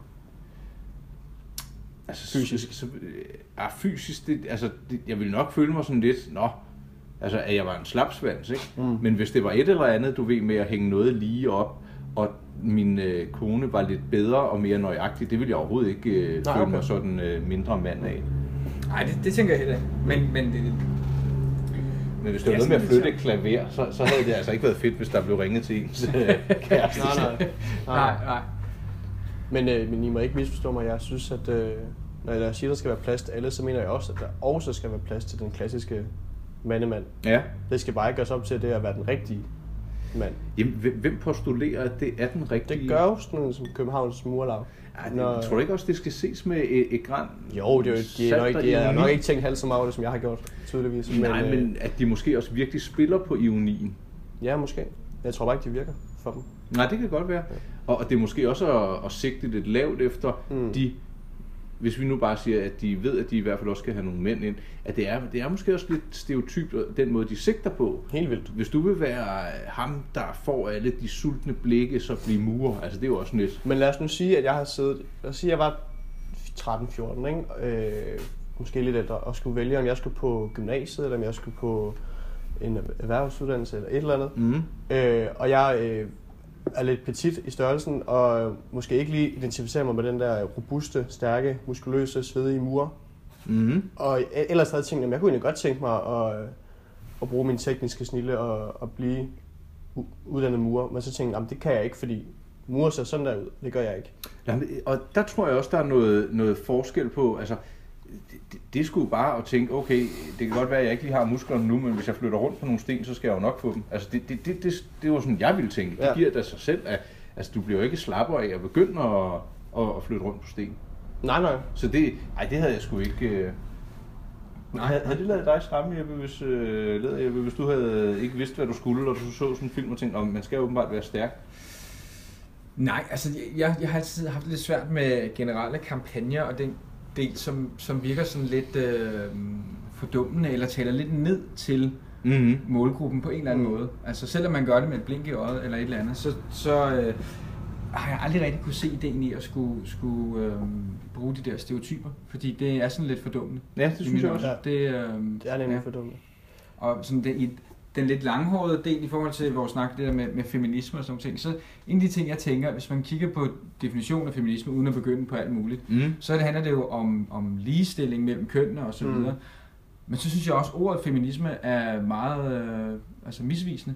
Speaker 1: Altså,
Speaker 2: Fysisk.
Speaker 1: Så, så, øh, ah, fysisk, det, altså, det, jeg ville nok føle mig sådan lidt, nå, altså, at jeg var en slapsvans, ikke?
Speaker 2: Mm.
Speaker 1: Mm. Men hvis det var et eller andet, du ved, med at hænge noget lige op, og min øh, kone var lidt bedre og mere nøjagtig, det ville jeg overhovedet ikke øh,
Speaker 2: Nej,
Speaker 1: føle
Speaker 2: okay.
Speaker 1: mig sådan øh, mindre mand af.
Speaker 3: Nej, det, det tænker jeg heller ikke. Men, men det,
Speaker 1: Men hvis det var
Speaker 3: Ja,
Speaker 1: noget med at
Speaker 3: sådan
Speaker 1: flytte
Speaker 3: lidt
Speaker 1: et klaver, så, så havde det altså ikke været fedt, hvis der blev ringet til ens øh, kæreste.
Speaker 2: Nej, nej.
Speaker 3: nej, nej.
Speaker 2: Men, øh, men I må ikke misforstå mig. Jeg synes, at øh, når jeg siger, der skal være plads til alle, så mener jeg også, at der også skal være plads til den klassiske mandemand.
Speaker 1: Ja.
Speaker 2: Det skal bare ikke gøres op til, at det er at være den rigtige mand.
Speaker 1: Jamen, hvem- hvem postulerer, at det er den rigtige?
Speaker 2: Det gør jo sådan noget som Københavns murlag.
Speaker 1: Ej,
Speaker 2: Når-
Speaker 1: tror du ikke også, det skal ses med et, et gran?
Speaker 2: Jo, det er, jo, de er,
Speaker 1: salt
Speaker 2: nok,
Speaker 1: og
Speaker 2: de er nok
Speaker 1: ironi?
Speaker 2: ikke tænkt halvt så meget over det, som jeg har gjort, tydeligvis.
Speaker 1: Nej,
Speaker 2: øh,
Speaker 1: men at de måske også virkelig spiller på ionien.
Speaker 2: Ja, måske. Jeg tror bare ikke, det virker for dem.
Speaker 1: Nej, det kan godt være. Og, og det er måske også at, at sigte lidt lavt efter
Speaker 2: Mm.
Speaker 1: mm. de, hvis vi nu bare siger, at de ved, at de i hvert fald også skal have nogle mænd ind, at det er, det er måske også lidt stereotypt, og den måde de sigter på.
Speaker 2: Helt vildt.
Speaker 1: Hvis du vil være øh, ham, der får alle de sultne blikke, så blive murer. Altså, det er jo også lidt...
Speaker 2: Men lad os nu sige, at jeg har siddet... Lad os sige, at jeg var 13-14, ikke? Øh, måske lidt ældre, og skulle vælge, om jeg skulle på gymnasiet, eller om jeg skulle på en erhvervsuddannelse, eller et eller andet.
Speaker 1: Mm.
Speaker 2: Øh, og jeg øh, er lidt petit i størrelsen, og øh, måske ikke lige identificerer mig med den der robuste, stærke, muskuløse, svedige mur.
Speaker 1: Mm.
Speaker 2: Og e- ellers havde jeg tænkt, at jeg kunne egentlig godt tænke mig at, øh, at bruge min tekniske snille og, og blive u- uddannet murer. Men så tænkte jeg, at det kan jeg ikke, fordi murer ser sådan der ud. Det gør jeg ikke.
Speaker 1: Jamen, og der tror jeg også, der er noget, noget forskel på, altså, det, det- det skulle bare at tænke, okay, det kan godt være, at jeg ikke lige har musklerne nu, men hvis jeg flytter rundt på nogle sten, så skal jeg jo nok få dem. Altså, det, det, det, det, det var sådan, jeg ville tænke. Det
Speaker 2: Ja.
Speaker 1: giver da sig selv, at altså, du bliver jo ikke slappere af at begynde at, at, at flytte rundt på sten.
Speaker 2: Nej, nej.
Speaker 1: Så det, ej, det havde jeg sgu ikke... Øh...
Speaker 3: Nej.
Speaker 1: Havde, havde det lavet dig stramme, Jeppe, hvis, øh, lavet, Jeppe, hvis du havde ikke vidst, hvad du skulle, og du så sådan en film og tænkte, om man skal åbenbart være stærk?
Speaker 3: Nej, altså jeg- jeg, jeg har altid haft lidt svært med generelle kampagner og den del, som, som virker sådan lidt øh, fordummende eller taler lidt ned til
Speaker 1: Mm-hmm.
Speaker 3: målgruppen på en eller anden
Speaker 2: Mm.
Speaker 3: måde. Altså selvom man gør det med et blink i øjet eller et eller andet, så, så øh, har jeg aldrig rigtig kunne se ideen i at skulle, skulle øh, bruge de der stereotyper, fordi det er sådan lidt fordummende.
Speaker 1: Ja,
Speaker 3: i
Speaker 1: det synes
Speaker 3: mine
Speaker 1: jeg
Speaker 3: øjne.
Speaker 1: også.
Speaker 2: også.
Speaker 3: Det, øh,
Speaker 2: Det er nemlig ja. for dumt.
Speaker 3: og sådan den, i den lidt langhårede del i forhold til vores snak det der med, med feminisme og sådan nogle ting, så en af de ting, jeg tænker, hvis man kigger på definitionen af feminisme, uden at begynde på alt muligt,
Speaker 1: Mm.
Speaker 3: så det handler det jo om, om ligestilling mellem kønnene og så
Speaker 2: Mm.
Speaker 3: videre. Men så synes jeg også, at ordet feminisme er meget øh, altså misvisende.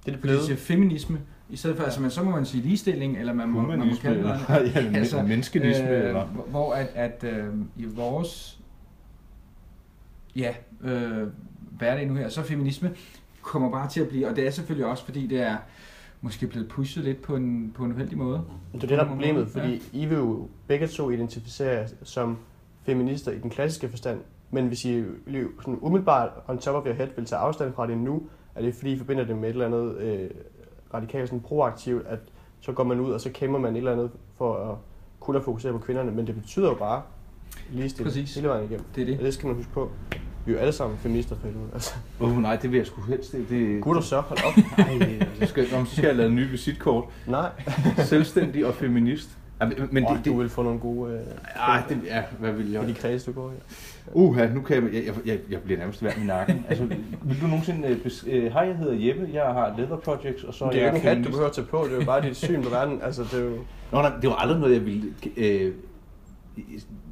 Speaker 2: Det er det
Speaker 3: Fordi det siger
Speaker 2: blevet.
Speaker 3: feminisme, i stedet for, altså, man, så må man sige ligestilling, eller man må, man må
Speaker 1: Humanisme,
Speaker 3: kalde det noget andet.
Speaker 1: eller ja, men-
Speaker 3: Altså,
Speaker 1: menneskenisme,
Speaker 3: Øh,
Speaker 1: eller...
Speaker 3: hvor- Hvor at, at øh, i vores ja, øh, hverdag nu her, så feminisme kommer bare til at blive, og det er selvfølgelig også, fordi det er måske blevet pushet lidt på en, på en uheldig måde.
Speaker 2: Det er det, der er problemet, fordi I vil jo begge to identificere jer som feminister i den klassiske forstand. Men hvis I lige sådan umiddelbart on top of your head vil tage afstand fra det nu, er det fordi, I forbinder det med et eller andet øh, radikalt sådan proaktivt, at så går man ud, og så kæmper man et eller andet for at kunne at fokusere på kvinderne. Men det betyder jo bare ligestilling
Speaker 3: Præcis.
Speaker 2: hele vejen igennem.
Speaker 3: Det er
Speaker 2: Og
Speaker 3: det.
Speaker 2: det skal man huske på. Vi er jo alle sammen feminister for helvede. Altså,
Speaker 1: Åh oh, nej, det vil jeg sgu helst. Det, det...
Speaker 2: kunne du så holde op?
Speaker 1: Ej, så skal, om, så skal jeg lave en ny visitkort.
Speaker 2: Nej.
Speaker 1: Selvstændig og feminist. Ja, men, men
Speaker 2: Åh,
Speaker 1: det,
Speaker 2: du
Speaker 1: det,
Speaker 2: vil få nogle gode... Øh,
Speaker 1: ah, det, ja, hvad vil
Speaker 2: I de
Speaker 1: jeg?
Speaker 2: kredse, du går i.
Speaker 1: Uha, nu kan jeg, jeg, jeg- jeg, jeg bliver nærmest værd i nakken. Altså, vil du nogensinde... øh, Bes, øh, hej, jeg hedder Jeppe, jeg har Leather Projects, og så
Speaker 2: Det er jo
Speaker 1: jeg
Speaker 2: ikke en hat, du
Speaker 1: feminist.
Speaker 2: behøver at tage på, det er jo bare dit syn på verden. Altså, det er jo...
Speaker 1: Nå, nej, det var aldrig noget, jeg ville... Øh,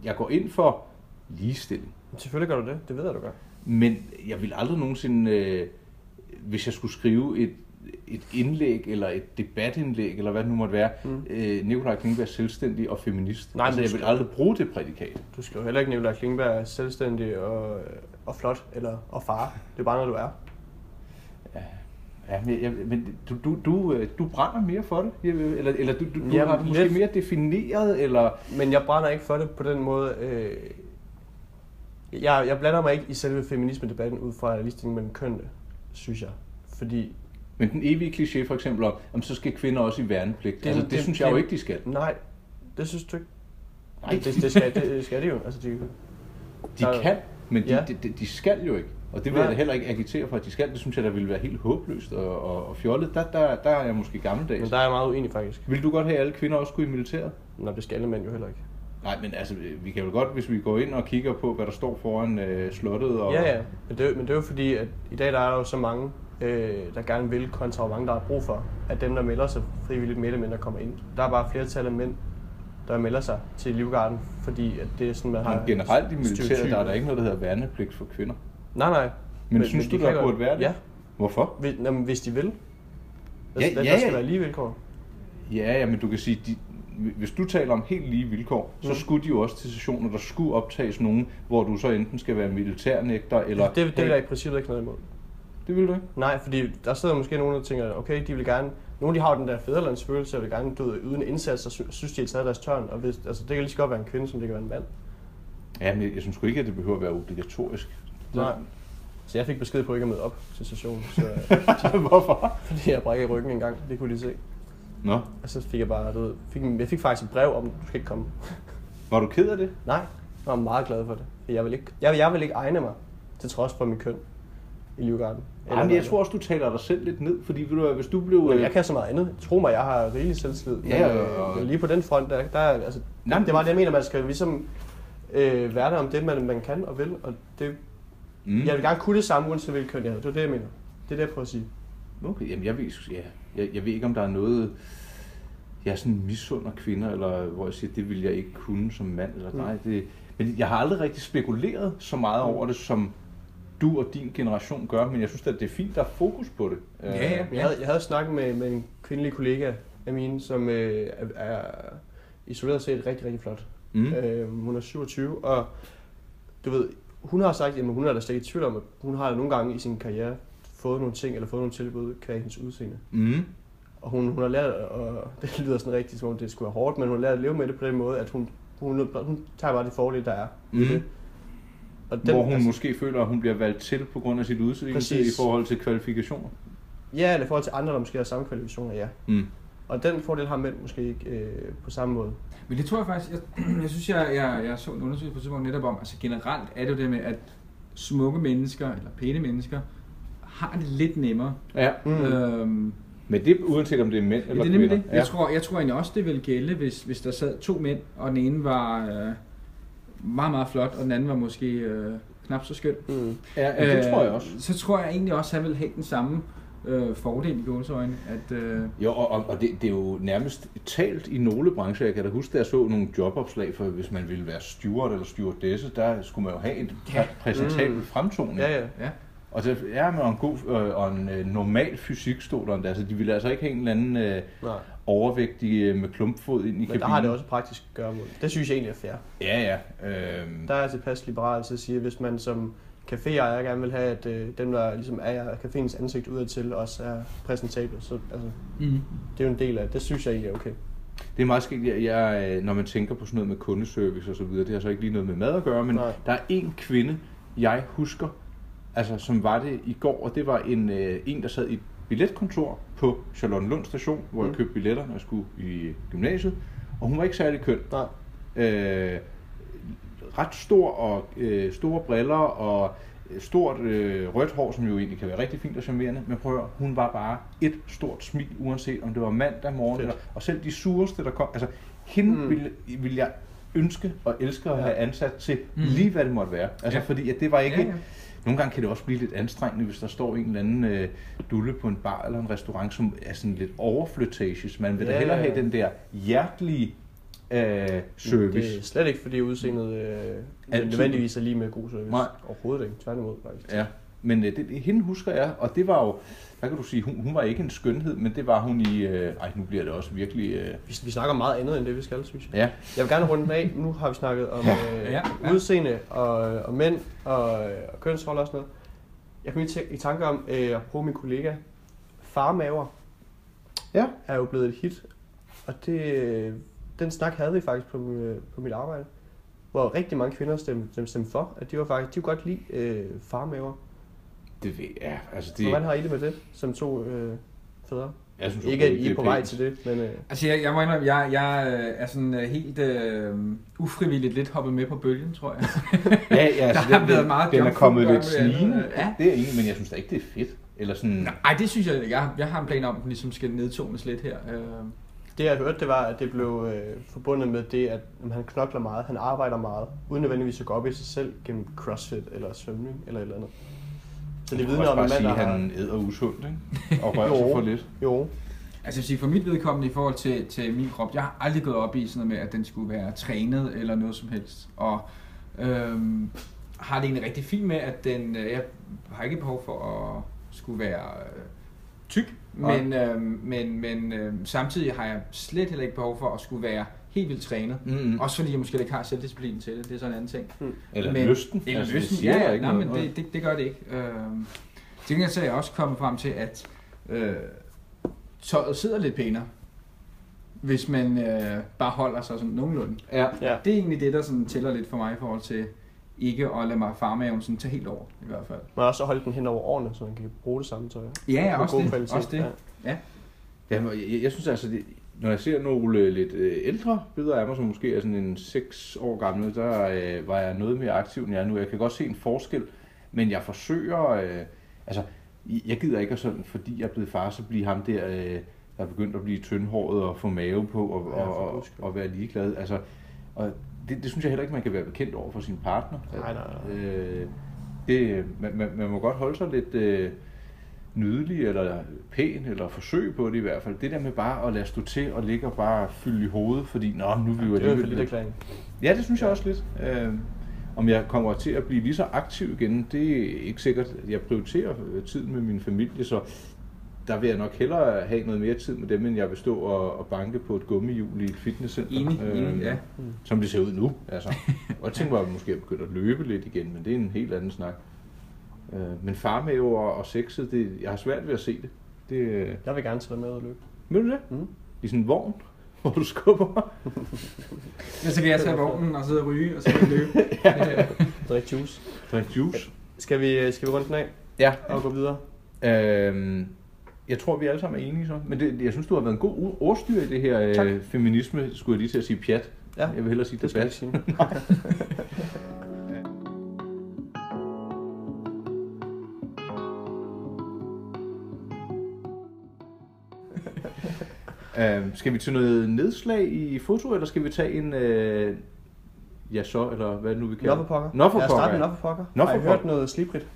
Speaker 1: jeg går ind for ligestilling.
Speaker 2: Selvfølgelig gør du det, det ved jeg, du gør.
Speaker 1: Men jeg ville aldrig nogensinde, øh, hvis jeg skulle skrive et, et indlæg, eller et debatindlæg, eller hvad det nu måtte være, mm.
Speaker 2: Mm.
Speaker 1: øh, Nikolaj Klingberg selvstændig og feminist. Nej, altså,
Speaker 2: Nej, men
Speaker 1: jeg
Speaker 2: du
Speaker 1: ville
Speaker 2: skal-
Speaker 1: aldrig bruge det prædikat.
Speaker 2: Du skal jo heller ikke Nicolaj Klingberg er selvstændig og, øh, og flot, eller og far. Det er bare noget, du er.
Speaker 1: Ja, men, jeg, men du, du, du, øh, du brænder mere for det, jeg ved- eller, eller du, du, du
Speaker 2: Jamen,
Speaker 1: har det måske
Speaker 2: lidt.
Speaker 1: mere defineret, eller...
Speaker 2: Men jeg brænder ikke for det på den måde... Øh... Jeg, jeg blander mig ikke i selve feminisme-debatten ud fra ligestilling mellem kønnene, synes jeg. Fordi,
Speaker 1: Men den evige kliché for eksempel om, om så skal kvinder også i værnepligt. Det,
Speaker 2: Det-
Speaker 1: altså, det, det
Speaker 2: det-
Speaker 1: synes jeg jo
Speaker 2: det-
Speaker 1: ikke, de skal.
Speaker 2: nej, det synes du ikke.
Speaker 1: Nej.
Speaker 2: Det, det, skal, det, det skal de jo. Altså, de,
Speaker 1: De
Speaker 2: Der-
Speaker 1: kan, men de,
Speaker 2: Ja.
Speaker 1: de, de, de skal jo ikke. Og det vil jeg da
Speaker 2: Nej.
Speaker 1: heller ikke agitere for, at de skal. Det synes jeg, der ville være helt håbløst og, og, og fjollet. Der, der, der er jeg måske
Speaker 2: men
Speaker 1: gammeldags.
Speaker 2: der er jeg meget uenig, faktisk.
Speaker 1: Vil du godt have, at alle kvinder også skulle i militæret?
Speaker 2: Nå, det skal alle mænd jo heller ikke.
Speaker 1: Nej, men altså, vi kan vel godt, hvis vi går ind og kigger på, hvad der står foran øh, slottet. Og...
Speaker 2: Ja, ja. Men det, er jo- men det er jo fordi, at i dag der er jo så mange, øh, der gerne vil, kontra hvor mange, der har brug for, at dem, der melder sig frivilligt, mere eller mindre kommer ind. Der er bare flertal af mænd, der melder sig til Livgarden, fordi at det er sådan, man har...
Speaker 1: Men generelt i militæret,
Speaker 2: stereotyper.
Speaker 1: der er der ikke noget, der hedder værnepligt for kvinder.
Speaker 2: Nej, nej.
Speaker 1: Men, men synes
Speaker 2: de
Speaker 1: du,
Speaker 2: kan
Speaker 1: der
Speaker 2: godt-
Speaker 1: burde være det?
Speaker 2: Ja,
Speaker 1: Hvorfor?
Speaker 2: hvis, jamen, hvis de vil. Der,
Speaker 1: Ja,
Speaker 2: ja,
Speaker 1: ja,
Speaker 2: der, der
Speaker 1: ja.
Speaker 2: skal være lige vilkår.
Speaker 1: Ja, ja, men du kan sige, de, hvis du taler om helt lige vilkår, så
Speaker 2: Mm.
Speaker 1: skulle de jo også til sessioner, der skulle optages nogen, hvor du så enten skal være militærnægter, eller...
Speaker 2: Det, det vil jeg i princippet ikke noget imod.
Speaker 1: det vil du ikke?
Speaker 2: Nej, fordi der sidder måske nogen, der tænker, okay, de vil gerne... Nogle de har jo den der fædrelandsfølelse, og vil gerne du ved, yde en indsats, og sy- synes, de har taget deres tørn. Og hvis, altså, det kan lige så godt være en kvinde, som det kan være en mand.
Speaker 1: Ja, men jeg synes sgu ikke, at det behøver at være obligatorisk.
Speaker 2: Nej. Så jeg fik besked på ikke at møde op til sessionen, så,
Speaker 1: Hvorfor?
Speaker 2: fordi jeg brækkede ryggen en gang. Det kunne de se.
Speaker 1: Nå,
Speaker 2: Og så fik jeg bare, du ved, fik, en- jeg fik faktisk et brev om, du skal ikke komme.
Speaker 1: var du ked af det?
Speaker 2: Nej, jeg var meget glad for det. For Jeg vil ikke, jeg, jeg vil ikke egne mig, til trods for mit køn i Livgarden. Eller
Speaker 1: Jamen,
Speaker 2: noget
Speaker 1: jeg tror også, du taler dig selv lidt ned, fordi ved du, hvad, hvis du blev...
Speaker 2: andet.
Speaker 1: øh,
Speaker 2: Men jeg kan så meget andet. Tro mig, jeg har rigelig selvtillid.
Speaker 1: Ja,
Speaker 2: men,
Speaker 1: og-
Speaker 2: øh, men lige på den front, der, der er- altså,
Speaker 1: Nej, men-
Speaker 2: det var det, jeg mener, man skal ligesom øh, hverdag om det, man, man kan og vil. Og det,
Speaker 1: Mm.
Speaker 2: jeg vil gerne kunne det samme, uanset hvilket køn jeg havde. Det var det, jeg mener. Det er det, jeg prøver at sige.
Speaker 1: Okay, jamen jeg ved, sgu- ja. jeg, jeg ved ikke, om der er noget, jeg sådan misunder kvinder, eller hvor jeg siger, det vil jeg ikke kunne som mand, eller
Speaker 2: Mm.
Speaker 1: nej. Det, men jeg har aldrig rigtig spekuleret så meget over det, som du og din generation gør, men jeg synes at det er fint, der er fokus på det. Øh,
Speaker 3: Ja, ja.
Speaker 2: Jeg havde, jeg havde snakket med, med en kvindelig kollega af mine, som øh, er, er isoleret set rigtig, rigtig flot.
Speaker 1: Mm.
Speaker 2: Mm. Øh, hun er 27, og du ved, hun har sagt, at hun er da slet ikke i tvivl om, at hun har nogle gange i sin karriere fået nogle ting, eller fået nogle tilbud, kan hendes udseende.
Speaker 1: Mm.
Speaker 2: Og hun, hun har lært, og det lyder sådan rigtigt, som om det skulle være hårdt, men hun har lært at leve med det på den måde, at hun, hun, hun tager bare de fordele, der er. i
Speaker 1: Mhm.
Speaker 2: det. Og
Speaker 1: Den, hvor hun altså, måske føler, at hun bliver valgt til på grund af sit udseende i
Speaker 2: Præcis.
Speaker 1: forhold til kvalifikationer.
Speaker 2: Ja, eller i forhold til andre, der måske har samme kvalifikationer, ja.
Speaker 1: Mm.
Speaker 2: Og den fordel har mænd måske ikke øh, på samme måde.
Speaker 3: Men det tror jeg faktisk, jeg, jeg synes, jeg, jeg, jeg så en undersøgelse på et tidspunkt netop om, altså generelt er det jo det med, at smukke mennesker, eller pæne mennesker, har det lidt nemmere.
Speaker 1: Ja,
Speaker 3: Mm. Øhm,
Speaker 1: men det er uanset om det er mænd
Speaker 3: ja,
Speaker 1: eller
Speaker 3: det er nemlig det.
Speaker 1: kvinder.
Speaker 3: Jeg, tror, jeg tror egentlig også, det ville gælde, hvis, hvis der sad to mænd, og den ene var øh, meget, meget flot, og den anden var måske øh, knap så skøn. Øh,
Speaker 2: Mm.
Speaker 1: Ja, ja, det tror jeg også.
Speaker 3: Så tror jeg egentlig også, at han ville have den samme øh, fordel i gåseøjne, at... Øh,
Speaker 1: Jo, og, og, og det, det er jo nærmest talt i nogle brancher. Jeg kan da huske, da jeg så nogle jobopslag, for hvis man ville være steward eller stewardesse, der skulle man jo have en
Speaker 3: Ja.
Speaker 1: præ- præsentabel
Speaker 2: Mm.
Speaker 1: fremtoning.
Speaker 2: Ja, ja.
Speaker 3: ja.
Speaker 1: Og så er man en god øh, og en øh, normal fysik, stod der endda. Så de ville altså ikke have en eller anden øh,
Speaker 2: Nej.
Speaker 1: overvægtig øh, med klumpfod ind i
Speaker 2: Men der har det også praktisk gøremål. Det synes jeg egentlig er fair.
Speaker 1: Ja, ja. Øh,
Speaker 2: Der er tilpas liberalt til at sige, at hvis man som caféejer gerne vil have, at øh, dem, der ligesom er caféens ansigt udadtil, også er præsentable. Så altså,
Speaker 3: Mm.
Speaker 2: det er jo en del af det. Det synes jeg egentlig er okay.
Speaker 1: Det er meget skægt, jeg, jeg, øh, når man tænker på sådan noget med kundeservice og så videre, det har så ikke lige noget med mad at gøre, men Nej.
Speaker 2: Nej.
Speaker 1: der er en kvinde, jeg husker, altså som var det i går, og det var en, øh, en der sad i et billetkontor på Charlottenlund station, hvor mm. jeg
Speaker 2: Mm.
Speaker 1: købte billetter, når jeg skulle i gymnasiet, og hun var ikke særlig køn.
Speaker 2: Nej.
Speaker 1: Øh, ret stor og øh, store briller og øh, stort øh, rødt hår, som jo egentlig kan være rigtig fint og charmerende, men prøv at høre, hun var bare et stort smil, uanset om det var mandag morgen,
Speaker 2: Fedt.
Speaker 1: eller, og selv de sureste, der kom, altså hende mm.
Speaker 2: Mm.
Speaker 1: ville, ville jeg ønske og elske at
Speaker 2: Ja.
Speaker 1: have ansat til
Speaker 3: Mm.
Speaker 1: mm. lige hvad det måtte være. Altså
Speaker 3: Ja.
Speaker 1: ja. fordi at det var ikke...
Speaker 3: Ja,
Speaker 1: Ja,
Speaker 3: ja.
Speaker 1: ja. Nogle gange kan det også blive lidt anstrengende, hvis der står en eller anden øh, dulle på en bar eller en restaurant, som er sådan lidt overflirtatious. Man vil ja, da
Speaker 2: Ja,
Speaker 1: hellere
Speaker 2: ja,
Speaker 1: have
Speaker 2: ja.
Speaker 1: den der hjertelige øh, service.
Speaker 2: Det er slet ikke, fordi udseendet øh,
Speaker 1: Altid.
Speaker 2: nødvendigvis er lige med god service.
Speaker 1: Nej.
Speaker 2: Overhovedet ikke. Tværtimod faktisk.
Speaker 1: Ja, men øh, det, det- hende husker jeg, og det var jo, hvad kan du sige, hun, hun var ikke en skønhed, men det var hun i, øh, ej nu bliver det også virkelig, øh,
Speaker 2: Vi, vi snakker om meget andet, end det vi skal, synes jeg.
Speaker 1: ja,
Speaker 2: Jeg vil gerne runde den af. Nu har vi snakket om øh,
Speaker 3: Ja,
Speaker 2: ja,
Speaker 3: ja.
Speaker 2: ja. udseende og, og mænd og, øh, og kønsroller og sådan noget. Jeg kom lige tæ- i tanke om øh, at bruge min kollega. Farmaver
Speaker 1: Ja.
Speaker 2: er jo blevet et hit. Og det, øh, den snak havde vi faktisk på, øh, på mit arbejde, hvor rigtig mange kvinder stemte, dem stemte for, at de var faktisk de kunne godt lide øh, farmaver.
Speaker 1: det ved ja, altså
Speaker 2: Det... Hvordan
Speaker 1: det,
Speaker 2: har I det med det, som to øh, fædre?
Speaker 1: jeg synes
Speaker 2: Ikke at
Speaker 1: overhovedet,
Speaker 2: I er på
Speaker 1: pænt.
Speaker 2: vej til det, men øh,
Speaker 3: Altså, jeg, jeg må indrømme, jeg, jeg øh, er sådan øh, helt øh, ufrivilligt lidt hoppet med på bølgen, tror jeg.
Speaker 1: Ja, ja, altså,
Speaker 3: Der har
Speaker 1: den,
Speaker 3: været meget
Speaker 1: den er
Speaker 3: jomfru-
Speaker 1: kommet
Speaker 3: gør
Speaker 1: lidt
Speaker 3: med andet,
Speaker 1: snigende,
Speaker 3: øh, ja.
Speaker 1: det er jeg enig, men jeg synes da ikke, det er fedt, eller sådan,
Speaker 3: Nej, det synes jeg ikke. Jeg, jeg har en plan om, at den ligesom skal nedtones lidt her. Øh,
Speaker 2: Det jeg hørte, det var, at det blev øh, forbundet med det, at jamen, han knokler meget, han arbejder meget, uden nødvendigvis at gå op i sig selv gennem crossfit eller svømning eller et eller andet. Så det
Speaker 1: jeg kunne
Speaker 2: vidner
Speaker 1: også
Speaker 2: om en
Speaker 1: bare
Speaker 2: mand,
Speaker 1: sige,
Speaker 2: der
Speaker 1: at
Speaker 2: har...
Speaker 1: han æder usundt, ikke? og rører sig
Speaker 2: Jo.
Speaker 1: for lidt.
Speaker 2: Jo,
Speaker 3: altså, jeg vil sige, for mit vedkommende i forhold til, til min krop, jeg har aldrig gået op i sådan noget med, at den skulle være trænet eller noget som helst. Og øh, har det egentlig rigtig fint med, at den, øh, jeg har ikke behov for at skulle være øh, tyk,
Speaker 1: Nej.
Speaker 3: men, øh, men, men øh, samtidig har jeg slet heller ikke behov for at skulle være helt vildt trænet.
Speaker 1: Mm-hmm.
Speaker 3: Også fordi jeg måske ikke har selvdisciplinen til det, det er sådan en anden ting.
Speaker 1: Eller
Speaker 3: men-
Speaker 1: lysten,
Speaker 3: Eller altså,
Speaker 1: det
Speaker 3: lysten,
Speaker 1: siger
Speaker 3: ja,
Speaker 1: der
Speaker 3: ja, nej, men
Speaker 1: noget.
Speaker 3: det, det, det gør det ikke. Øh, til gengæld så er jeg også kommet frem til, at øh, tøjet sidder lidt pænere, hvis man øh, bare holder sig sådan nogenlunde.
Speaker 1: Ja,
Speaker 2: ja.
Speaker 3: Det er egentlig det, der sådan tæller lidt for mig i forhold til ikke at lade mig farmaven sådan tage helt over, i hvert fald.
Speaker 2: Men også at holde den hen over årene, så man kan bruge det samme tøj.
Speaker 3: Ja, ja
Speaker 2: Med
Speaker 3: også
Speaker 2: god
Speaker 3: det.
Speaker 2: kvalitet,
Speaker 3: Også det.
Speaker 2: ja.
Speaker 1: Ja, men jeg, jeg synes altså, det, når jeg ser nogle øh, lidt øh, ældre billeder af mig, som måske er sådan en 6 år gammel, der øh, var jeg noget mere aktiv, end jeg er nu. Jeg kan godt se en forskel, men jeg forsøger... Øh, altså, jeg gider ikke at sådan, fordi jeg er blevet far, så blive ham der, øh, der er begyndt at blive tyndhåret og få mave på og,
Speaker 2: Ja,
Speaker 1: og,
Speaker 2: for
Speaker 1: og,
Speaker 2: guds skyld.
Speaker 1: og være ligeglad. Altså, og det, det synes jeg heller ikke, man kan være bekendt over for sin partner.
Speaker 2: Nej, nej, nej.
Speaker 1: Øh, det, man, man, man må godt holde sig lidt øh, nydelig, eller pæn, eller forsøge på det i hvert fald. Det der med bare at lade stå til og ligge og bare fylde i hovedet, fordi nå, nu er vi jo
Speaker 2: Det er jo en
Speaker 1: alligevel...
Speaker 2: lidt erklæring.
Speaker 1: Ja, det synes jeg også lidt. Øh, om jeg kommer til at blive lige så aktiv igen, det er ikke sikkert. Jeg prioriterer øh, tiden med min familie, så der vil jeg nok hellere have noget mere tid med dem, end jeg vil stå og, og banke på et gummihjul i et fitnesscenter. Øhm,
Speaker 3: Enig, enig, ja.
Speaker 1: Som det ser ud nu, altså. Og jeg tænkte mig, at måske er begyndt at løbe lidt igen, men det er en helt anden snak. Øh, men farmæver og sexet, det, jeg har svært ved at se det. det øh,
Speaker 2: Jeg vil gerne tage dig med og løbe.
Speaker 1: ved du det?
Speaker 2: Mhm.
Speaker 1: I sådan en vogn, hvor du skubber.
Speaker 3: Ja, så kan jeg tage vognen og sidde og ryge, og så kan jeg løbe. ja.
Speaker 2: Drik juice.
Speaker 1: Drik juice.
Speaker 2: Skal vi, øh, skal vi runde den af
Speaker 1: Ja,
Speaker 2: og gå videre?
Speaker 1: Øhm, jeg tror, vi alle sammen er enige så. Men det, jeg synes, du har været en god u- ordstyr i det her
Speaker 2: Tak.
Speaker 1: øh, feminisme, skulle jeg lige til at sige pjat.
Speaker 2: Ja.
Speaker 1: Jeg vil hellere sige
Speaker 2: Det skal jeg
Speaker 1: debat.
Speaker 2: ikke sige.
Speaker 1: Øhm, skal vi til noget nedslag i foto, eller skal vi tage en... Øh, ja så, eller hvad nu vi
Speaker 2: Nå
Speaker 1: kalder
Speaker 2: for pokker.
Speaker 1: Nå for
Speaker 2: Lad os starte med
Speaker 1: pokker.
Speaker 2: Nå for pokker.
Speaker 1: Nå for
Speaker 2: Har I
Speaker 1: pokker.
Speaker 2: hørt noget slibrigt?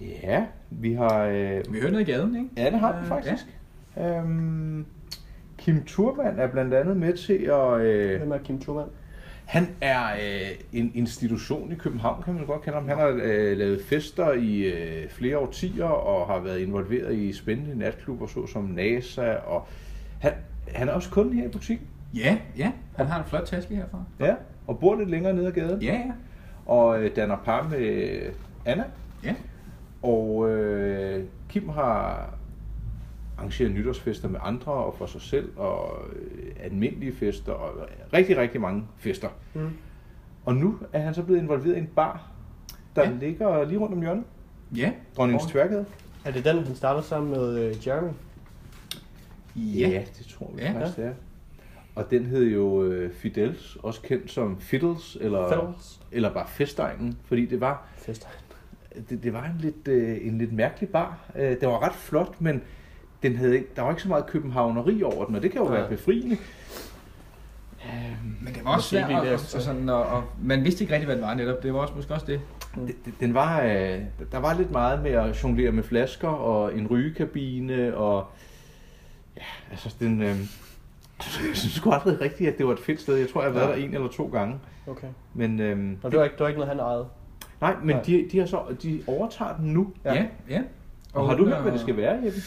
Speaker 1: Ja, vi har... Øh,
Speaker 3: Vi hører noget i gaden, ikke?
Speaker 1: ja, det har vi
Speaker 3: Øh,
Speaker 1: faktisk. Ja. Øhm, Kim Turman er blandt andet med til at... Øh,
Speaker 2: Hvem er Kim Thurman?
Speaker 1: Han er øh, en institution i København, kan man godt kalde ham. Han har øh, lavet fester i øh, flere årtier og har været involveret i spændende natklubber, såsom NASA. Og han, han er også kunde her i butikken.
Speaker 3: Ja, ja. Han har en flot taske herfra.
Speaker 1: Ja. Og bor lidt længere nede ad gaden.
Speaker 3: Ja, ja.
Speaker 1: Og øh, danner par med øh, Anna.
Speaker 3: Ja,
Speaker 1: Og øh, Kim har arrangeret nytårsfester med andre og for sig selv, og øh, almindelige fester, og rigtig, rigtig mange fester.
Speaker 2: Mm.
Speaker 1: Og nu er han så blevet involveret i en bar, der ja.
Speaker 3: Ja.
Speaker 1: ligger lige rundt om hjørnet.
Speaker 3: ja.
Speaker 1: Dronningens
Speaker 3: Hvor-
Speaker 1: Tværgade.
Speaker 2: Er det den, han starter sammen med øh, Jeremy?
Speaker 1: ja, det tror jeg
Speaker 3: Ja.
Speaker 1: faktisk, det er. Og den hed jo øh, Fidels, også kendt som Fiddles, eller,
Speaker 2: Fiddles.
Speaker 1: eller bare Festegnen, fordi det var,
Speaker 2: Fester.
Speaker 1: det, det var en, lidt, øh, en lidt mærkelig bar. Øh, den var ret flot, men den havde ikke, der var ikke så meget københavneri over den, og det kan jo
Speaker 2: Nej.
Speaker 1: være befriende.
Speaker 3: Men det var også
Speaker 2: Måske
Speaker 3: svært,
Speaker 2: lige
Speaker 3: og, og,
Speaker 2: der.
Speaker 3: og, sådan, og, og, man vidste ikke rigtig, hvad det var netop. Det var også måske også det.
Speaker 2: Mm.
Speaker 1: Det- det- Den var, øh, der var lidt meget med at jonglere med flasker og en rygekabine og ja, altså den, øh, jeg synes sgu aldrig rigtigt, at det var et fedt sted. Jeg tror, jeg har været
Speaker 2: Ja.
Speaker 1: der en eller to gange.
Speaker 2: Okay.
Speaker 1: Men, øh,
Speaker 2: Nå, det var ikke, det var ikke noget, han ejede.
Speaker 1: nej, men
Speaker 2: Nej.
Speaker 1: de, de, har så, de overtager den nu.
Speaker 2: Ja.
Speaker 3: Ja, ja. ja.
Speaker 1: Og har du hørt, hvad det skal være, Jeppe?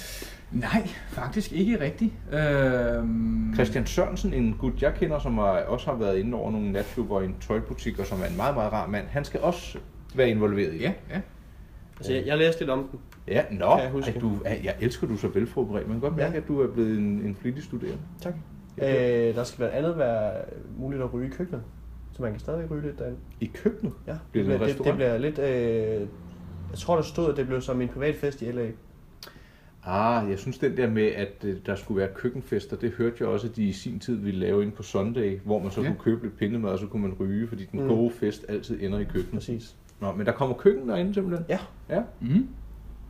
Speaker 3: Nej, faktisk ikke rigtigt. Øhm,
Speaker 1: Christian Sørensen, en gut, jeg kender, som har, også har været inde over nogle natklubber i en tøjbutik, og som er en meget, meget rar mand, han skal også være involveret i det.
Speaker 3: Ja, ja.
Speaker 2: Altså, jeg, jeg læste lidt om den.
Speaker 1: Ja, nå,
Speaker 2: Kan jeg
Speaker 1: jeg,
Speaker 2: huske.
Speaker 1: ej, du, ej, jeg elsker, du er så velforberedt. Man kan godt
Speaker 2: Ja.
Speaker 1: mærke, at du er blevet en, en flittig studerende.
Speaker 2: Tak.
Speaker 1: Ja.
Speaker 2: Øh, der skal blandt andet være muligt at ryge i køkkenet. Så man kan stadig ryge lidt derinde.
Speaker 1: I køkkenet?
Speaker 2: Ja,
Speaker 1: Bliver det en
Speaker 2: det, det
Speaker 1: restaurant?
Speaker 2: bliver lidt... Øh, jeg tror, der stod, at det blev som en privat fest i LA.
Speaker 1: Ah, jeg synes den der med, at øh, der skulle være køkkenfester, det hørte jeg også, at de i sin tid ville lave ind på Sunday, hvor man så
Speaker 3: Ja.
Speaker 1: kunne købe lidt pindemad, og så kunne man ryge, fordi den
Speaker 2: Mm.
Speaker 1: gode fest altid ender i køkkenet.
Speaker 2: Præcis.
Speaker 1: Nå, men der kommer køkken derinde simpelthen?
Speaker 2: Ja.
Speaker 1: Ja,
Speaker 3: Mm.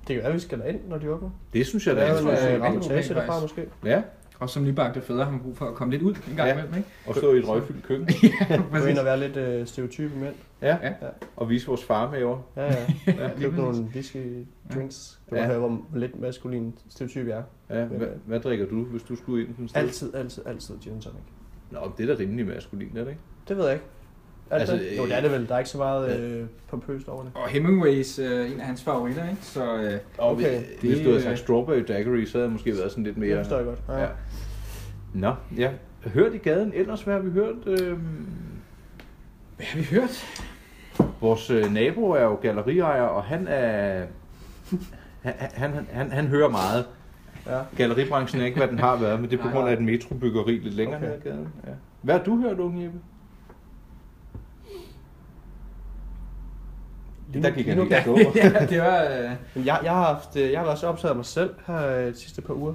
Speaker 2: Det kan være, vi skal derind, når de åbner.
Speaker 1: det synes
Speaker 2: Der
Speaker 1: jeg da.
Speaker 2: er
Speaker 1: er
Speaker 2: jo noget
Speaker 3: jeg er et
Speaker 1: en-
Speaker 2: øh,
Speaker 3: rigtig
Speaker 2: rapportage
Speaker 3: problem,
Speaker 2: derfra,
Speaker 3: faktisk.
Speaker 2: måske.
Speaker 1: Ja,
Speaker 3: Og som nybagte fædre har man brug for at komme lidt ud en gang
Speaker 1: Ja.
Speaker 3: imellem, ikke?
Speaker 1: og stå i et røgfyldt køkken
Speaker 2: Gå
Speaker 3: Præcis.
Speaker 2: ind og være lidt øh, stereotype mænd.
Speaker 1: ja.
Speaker 3: Ja.
Speaker 1: og vise vores farmaver.
Speaker 2: Ja, ja.
Speaker 3: Ja, lige
Speaker 2: Køb
Speaker 3: præcis.
Speaker 2: nogle whisky drinks. Du
Speaker 1: Ja.
Speaker 2: kan høre, hvor lidt maskulin stereotype jeg er.
Speaker 1: Ja, hvad, hvad drikker du, hvis du skulle ind på en sted?
Speaker 2: Altid, altid, altid gin and tonic.
Speaker 1: Nå, det er da rimelig maskulin, er det ikke?
Speaker 2: Det ved jeg ikke. Er det
Speaker 1: Altså,
Speaker 2: altså, jo,
Speaker 1: øh,
Speaker 2: det er det vel. Der er ikke så meget øh, pompøst over det.
Speaker 3: Og Hemingways, øh, en af hans favoritter, ikke? Så øh,
Speaker 1: Og
Speaker 2: Okay.
Speaker 1: hvis, hvis
Speaker 3: Det,
Speaker 1: du havde
Speaker 3: øh,
Speaker 1: sagt strawberry daiquiri, så havde jeg måske været sådan lidt mere...
Speaker 2: Det forstår jeg godt. Ja.
Speaker 1: Ja. Nå, ja. Hørt i gaden ellers, hvad har vi hørt? Øhm,
Speaker 3: hvad har vi hørt?
Speaker 1: Vores øh, nabo er jo galleriejer, og han er... Han, han, han- han, han hører meget.
Speaker 2: ja.
Speaker 1: Galleribranchen er ikke, hvad den har været, men det er på
Speaker 3: Nej.
Speaker 1: grund af et metrobyggeri lidt længere
Speaker 2: Okay.
Speaker 1: okay. ned ad gaden. Ja. Hvad har du hørt, unge Jeppe?
Speaker 2: Lige
Speaker 1: Der
Speaker 2: nu-
Speaker 1: gik
Speaker 2: lige
Speaker 1: han
Speaker 2: nu-
Speaker 1: helt
Speaker 2: ja.
Speaker 1: over.
Speaker 3: ja, det var... Øh,
Speaker 2: Men jeg, jeg, har haft, øh, jeg har været så optaget af mig selv her øh, de sidste par uger.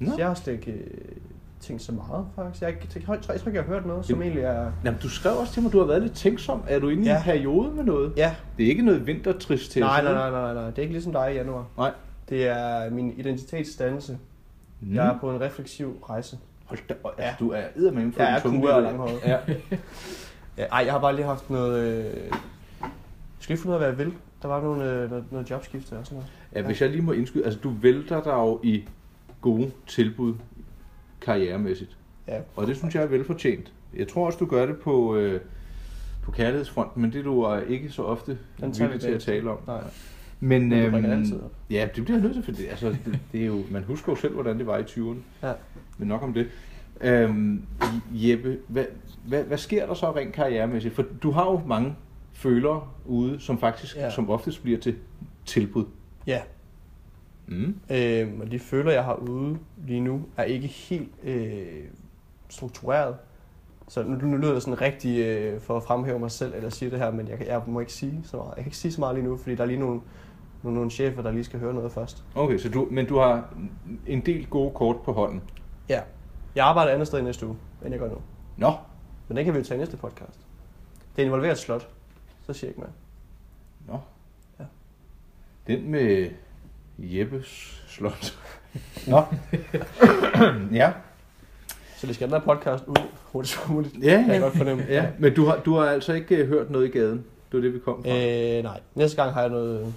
Speaker 1: Nå.
Speaker 2: Nå. Så jeg har slet ikke øh, tænkt så meget, faktisk. Jeg, har ikke tænkt, jeg, tror, jeg tror ikke, jeg har hørt noget, som
Speaker 1: Det-
Speaker 2: egentlig er...
Speaker 1: Jamen, du skrev også til mig, du har været lidt tænksom. Er du inde ja. i
Speaker 2: Ja.
Speaker 1: en periode med noget?
Speaker 2: Ja,
Speaker 1: Det er ikke noget vintertrist til.
Speaker 2: nej, nej, nej, nej, nej. Det er ikke ligesom dig i januar.
Speaker 1: Nej.
Speaker 2: Det er min identitetsdannelse.
Speaker 1: Mm.
Speaker 2: Jeg er på en refleksiv rejse.
Speaker 1: Hold da, altså,
Speaker 2: Ja.
Speaker 1: du er eddermame for
Speaker 2: Jeg
Speaker 1: din
Speaker 2: er
Speaker 1: tunge
Speaker 2: kure og
Speaker 1: lige nu.
Speaker 2: langhåret.
Speaker 1: Ja.
Speaker 2: Ja, ej, jeg har bare lige haft noget... Øh... Jeg skal lige finde ud af, hvad jeg vil. Der var nogle, øh, noget, noget jobskifte og sådan noget.
Speaker 1: Ja, hvis jeg lige må indskyde, altså du vælter dig jo i gode tilbud karrieremæssigt.
Speaker 2: Ja.
Speaker 1: Og det synes jeg er velfortjent. Jeg tror også, du gør det på, øh, på kærlighedsfronten, men det er du er ikke så ofte
Speaker 2: Den tager vi
Speaker 1: villig til at
Speaker 2: bagefter.
Speaker 1: tale om.
Speaker 2: Nej.
Speaker 1: Men,
Speaker 2: Men du
Speaker 1: øhm,
Speaker 2: bringer det altid op.
Speaker 1: ja, det bliver jeg nødt til, for det, altså, det, det er jo, man husker jo selv, hvordan det var i 20'erne.
Speaker 2: Ja.
Speaker 1: Men nok om det. Øhm, Jeppe, hvad, hvad, hvad sker der så rent karrieremæssigt? For du har jo mange følere ude, som faktisk, ja.
Speaker 2: Ja.
Speaker 1: som oftest bliver til tilbud.
Speaker 2: Ja,
Speaker 1: Mm.
Speaker 2: Øh, og de føler, jeg har ude lige nu, er ikke helt øh, struktureret. Så nu, nu lyder det sådan rigtig øh, for at fremhæve mig selv, eller sige det her, men jeg, kan- jeg må ikke sige så meget. Jeg kan ikke sige så meget lige nu, fordi der er lige nogle, nogle, nogle chefer, der lige skal høre noget først.
Speaker 1: Okay, så du, men du har en del gode kort på hånden.
Speaker 2: Ja. Jeg arbejder et andet sted i næste uge, end jeg gør nu.
Speaker 1: Nå,
Speaker 2: Men den kan vi jo tage i næste podcast. Det involverer et slot. Så siger jeg ikke mere.
Speaker 1: nå.
Speaker 2: Ja.
Speaker 1: Den med Jeppes slot. nå. ja.
Speaker 2: Så det skal den her podcast ud hurtigt som muligt.
Speaker 1: Ja,
Speaker 2: Jeg
Speaker 1: ja.
Speaker 2: kan godt fornemme.
Speaker 1: Ja, men du har, du har altså ikke øh, hørt noget i gaden. Det var det, vi kom fra. Øh,
Speaker 2: Øh, nej. Næste gang har jeg noget,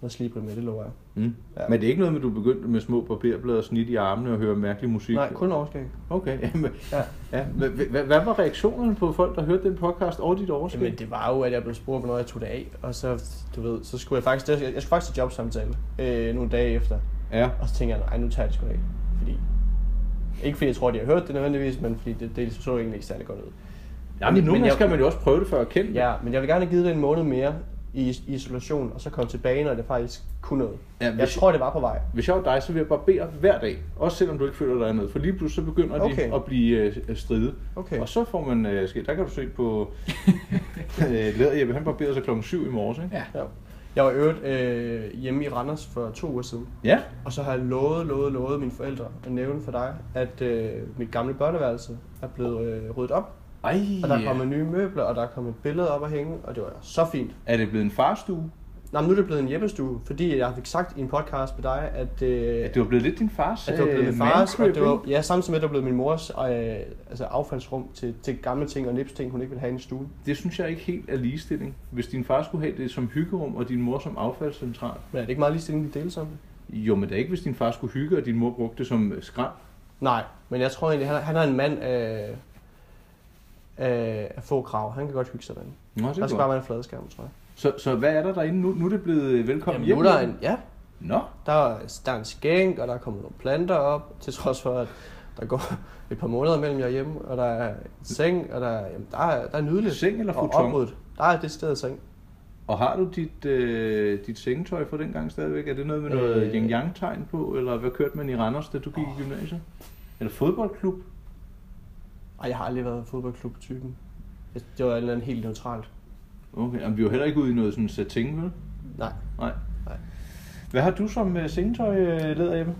Speaker 2: noget slibre med, det lover jeg.
Speaker 1: mm.
Speaker 2: ja.
Speaker 1: Men det er ikke noget med, at du begyndte med små barberblade og snit i armene og høre mærkelig musik?
Speaker 2: Nej, kun overskæg.
Speaker 1: Okay, ja, men, ja.
Speaker 2: Ja.
Speaker 1: ja. Hvad, hvad, hvad var reaktionerne på folk, der hørte den podcast og dit overskud?
Speaker 2: Jamen, det var jo, at jeg blev spurgt, hvornår jeg tog det af, og så, du ved, så skulle jeg faktisk, jeg skulle faktisk til jobsamtale øh, nogle dage efter,
Speaker 1: Ja,
Speaker 2: og så tænkte jeg, nej, nu tager jeg det sgu da af, fordi, ikke fordi jeg tror, de har hørt det nødvendigvis, men fordi det, det så egentlig ikke særlig godt ud.
Speaker 1: Jamen, men
Speaker 2: Men
Speaker 1: nogle gange
Speaker 2: jeg-
Speaker 1: skal man jo også prøve det for at kende det.
Speaker 2: Ja, men jeg vil gerne have givet det en måned mere i, i isolation, og så komme tilbage, når det faktisk kunne noget.
Speaker 1: Ja,
Speaker 2: Jeg
Speaker 1: hvis,
Speaker 2: tror, det var på vej.
Speaker 1: hvis jeg var dig, så ville jeg barbere hver dag. Også selvom du ikke føler, der er noget. For lige pludselig så begynder
Speaker 2: Okay.
Speaker 1: de at blive øh, stride.
Speaker 2: Okay.
Speaker 1: Og så får man øh, skidt. Der kan du se på øh, Læderjeppe, han barberede sig klokken 7 i morges, ikke?
Speaker 3: Ja.
Speaker 2: Ja. Jeg var i øvrigt øh, hjemme i Randers for to uger siden,
Speaker 1: Ja.
Speaker 2: og så har jeg lovet, lovet, lovet mine forældre at nævne for dig, at øh, mit gamle børneværelse er blevet øh, ryddet op.
Speaker 1: Ej,
Speaker 2: Og der er kommet nye møbler, og der er kommet et billede op at hænge, og det var så fint.
Speaker 1: er det blevet en farstue?
Speaker 2: Nå, men nu er det blevet en hjemmestue, fordi jeg fik sagt i en podcast med dig, at, øh,
Speaker 1: At det var blevet lidt din fars
Speaker 2: at det var blevet
Speaker 1: øh,
Speaker 2: min fars, og det
Speaker 1: man-crib,
Speaker 2: var,
Speaker 1: ikke?
Speaker 2: ja, samtidig med, at det var blevet min mors øh, altså affaldsrum til, til gamle ting og nipsting, hun ikke ville have i en stue.
Speaker 1: Det synes jeg ikke helt er ligestilling. Hvis din far skulle have det som hyggerum, og din mor som affaldscentral.
Speaker 2: Men er det ikke meget ligestilling, de deles om det?
Speaker 1: Jo, men da ikke, hvis din far skulle hygge, og din mor brugte det som øh, skrald.
Speaker 2: Nej, men jeg tror egentlig, han er, han er en mand af, af, af få krav. Han kan godt hygge sig derinde.
Speaker 1: Nå, det
Speaker 2: Der
Speaker 1: er
Speaker 2: skal bare
Speaker 1: godt.
Speaker 2: være en fladskærm, tror jeg.
Speaker 1: Så, så hvad er der derinde nu? Nu er det blevet øh, velkommen
Speaker 2: Jamen,
Speaker 1: hjem.
Speaker 2: nu er der en, ja,
Speaker 1: Nå,
Speaker 2: Der er, der er en skænk, og der er kommet nogle planter op, til trods for, at der går et par måneder mellem jeg er hjemme, og der er en seng, og der er, jamen, der er, der er nydeligt.
Speaker 1: Seng eller
Speaker 2: og
Speaker 1: futon?
Speaker 2: opryddet. Der er det sted seng.
Speaker 1: Og har du dit, øh, dit sengetøj fra dengang stadigvæk? Er det noget med noget øh,
Speaker 2: Øh.
Speaker 1: yin-yang-tegn på? Eller hvad kørte man i Randers, da du gik i gymnasiet? Eller fodboldklub?
Speaker 2: Ej, jeg har aldrig været fodboldklub-typen. Jeg- Det var en helt neutralt.
Speaker 1: Okay, men vi er jo heller ikke ude i noget sådan setting, vel?
Speaker 2: Nej.
Speaker 1: Nej.
Speaker 2: Nej.
Speaker 1: Hvad har du som øh, sengetøj, øh, leder Ebbe?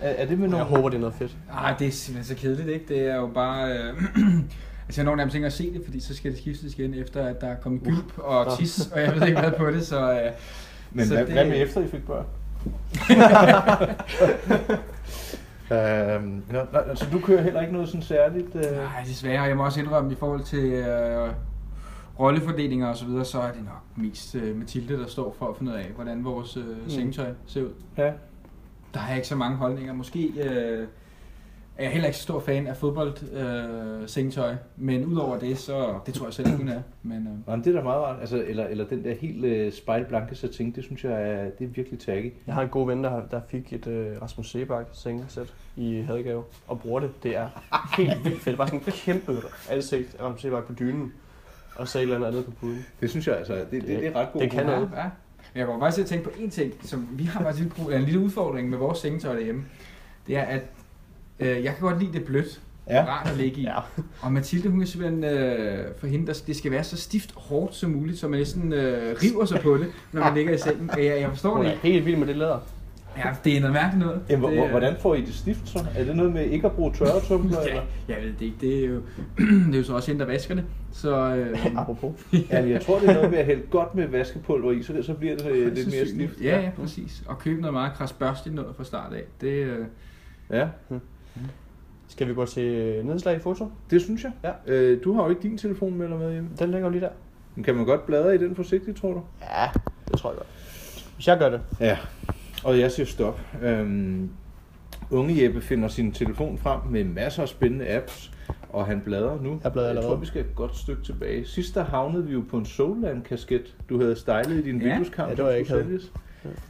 Speaker 1: Er, er det med
Speaker 2: Men jeg
Speaker 1: nogle...
Speaker 2: håber, det er noget fedt.
Speaker 3: Ah, det er simpelthen så kedeligt, ikke? Det er jo bare... Øh, altså, jeg når nærmest ikke at se det, fordi så skal det skiftes igen, efter at der er
Speaker 1: Uh,
Speaker 3: kommet gylp og
Speaker 2: Nå.
Speaker 3: tis, og jeg ved ikke hvad på det, så... Øh,
Speaker 1: Men
Speaker 3: så
Speaker 1: hvad,
Speaker 3: det-
Speaker 1: hvad med efter, I fik børn? øhm, nå, nå, så du kører heller ikke noget sådan særligt? Øh...
Speaker 3: Nej, desværre. Jeg må også indrømme, i forhold til øh, rollefordelinger og så videre, så er det nok mest øh, Mathilde, der står for at finde ud af, hvordan vores øh, mm. sengetøj ser ud.
Speaker 1: Ja.
Speaker 3: Der har jeg ikke så mange holdninger. Måske øh, er jeg heller ikke så stor fan af fodbold øh, sengetøj, men udover det, så det tror jeg selv, hun er. Men, øh,
Speaker 1: Nå, men det er da meget rart. Altså, eller, eller den der helt øh, spejlblanke setting, det synes jeg er, det er virkelig tacky.
Speaker 2: Jeg har en god ven, der, har- der fik et øh, Rasmus Sebak sengesæt i Hadegave, og bruger det. Det er helt vildt fedt. Bare sådan en kæmpe ansigt af Rasmus Sebak på dynen, og så et eller andet andet på puden.
Speaker 1: Det synes jeg altså, det, det, det er ret god
Speaker 2: Det kan
Speaker 1: humor.
Speaker 2: noget.
Speaker 3: Ja, ja. Men jeg kommer faktisk til at tænke på en ting, som vi har faktisk lidt brug- eller en lille udfordring med vores sengetøj derhjemme. Det er, at øh, jeg kan godt lide det blødt.
Speaker 1: Ja.
Speaker 3: Ja. Rart at ligge i. Ja.
Speaker 2: Ja.
Speaker 3: Og Mathilde, hun er simpelthen øh, for hende, der, det skal være så stift og hårdt som muligt, så man næsten øh, river sig på det, når man ligger i sengen. Ja, jeg forstår
Speaker 2: Hun
Speaker 3: det
Speaker 2: er
Speaker 3: ikke.
Speaker 2: helt vild med det læder.
Speaker 3: Ja, det er noget mærkeligt noget.
Speaker 1: Jamen,
Speaker 3: det,
Speaker 1: hvor-
Speaker 3: øh,
Speaker 1: hvordan får I det stift så? Er det noget med ikke at bruge tørretumbler?
Speaker 3: Ja,
Speaker 1: eller?
Speaker 3: jeg ved det ikke. Det er jo, det er jo så også hende, der vasker det. Så, øh,
Speaker 2: Apropos.
Speaker 1: Jamen, jeg tror, det er noget med at hælde godt med vaskepulver i, så, så bliver det øh, lidt mere
Speaker 3: sandsynligt.
Speaker 1: stift.
Speaker 3: Ja, ja, præcis. Og købe noget meget krasbørstigt noget fra start af. Det, øh,
Speaker 1: ja.
Speaker 2: Skal vi gå til nedslag i foto?
Speaker 1: Det synes jeg.
Speaker 2: Ja.
Speaker 1: Øh, du har jo ikke din telefon med eller med hjemme.
Speaker 2: Den ligger jo lige der.
Speaker 1: Men Kan man godt bladre i den forsigtigt, tror du?
Speaker 2: Ja, det tror jeg godt. Hvis jeg gør det.
Speaker 1: Ja, og jeg siger stop. Øhm, unge Jeppe finder sin telefon frem med masser af spændende apps, og han bladrer nu.
Speaker 2: Jeg bladrer
Speaker 1: jeg tror,
Speaker 2: allerede.
Speaker 1: vi skal et godt stykke tilbage. Sidst der havnede vi jo på en Solan-kasket, du havde stylet i din
Speaker 3: Ja,
Speaker 1: ja. vindueskamp,
Speaker 2: ja, det var
Speaker 1: som
Speaker 2: jeg
Speaker 1: skulle
Speaker 2: ikke havde.
Speaker 1: sælges.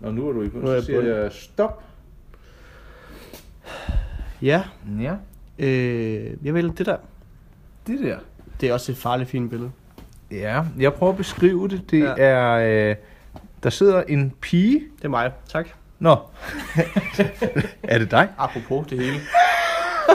Speaker 1: Og nu er du i bund,
Speaker 2: Nu er jeg
Speaker 1: så siger
Speaker 2: bundet.
Speaker 1: jeg stop.
Speaker 2: Ja,
Speaker 1: Ja,
Speaker 2: øh, jeg vælger det der.
Speaker 1: det der.
Speaker 2: Det er også et farligt fint billede.
Speaker 1: Ja, jeg prøver at beskrive det. Det
Speaker 2: Ja.
Speaker 1: er, øh, der sidder en pige.
Speaker 2: Det er mig. Tak.
Speaker 1: Nå, er det dig?
Speaker 2: Apropos det hele.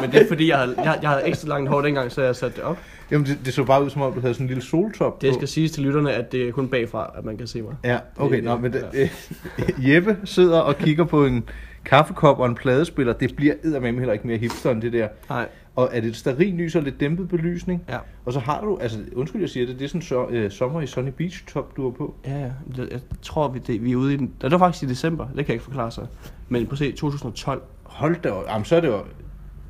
Speaker 2: Men det er fordi, jeg havde, jeg, jeg havde ekstra langt hår dengang, så jeg satte det op.
Speaker 1: Jamen, det, det så bare ud som om, du havde sådan en lille soltop
Speaker 2: Det
Speaker 1: på.
Speaker 2: skal siges til lytterne, at det er kun bagfra, at man kan se mig.
Speaker 1: Ja, okay,
Speaker 2: Det-
Speaker 1: nå, men det, øh, Jeppe sidder og kigger på en kaffekop og en pladespiller. Det bliver eddermame heller ikke mere hipster end det der.
Speaker 2: Nej.
Speaker 1: Og er det et starin lys og lidt dæmpet belysning?
Speaker 2: Ja.
Speaker 1: Og så har du, altså undskyld jeg siger det, det er sådan så, øh, sommer i Sunny Beach top, du har på.
Speaker 2: Ja, ja. Det- Jeg tror, vi, det, vi er ude i den. Det var faktisk i december. Det kan jeg ikke forklare sig. Men på se 2012.
Speaker 1: Hold da op, jamen så er det jo,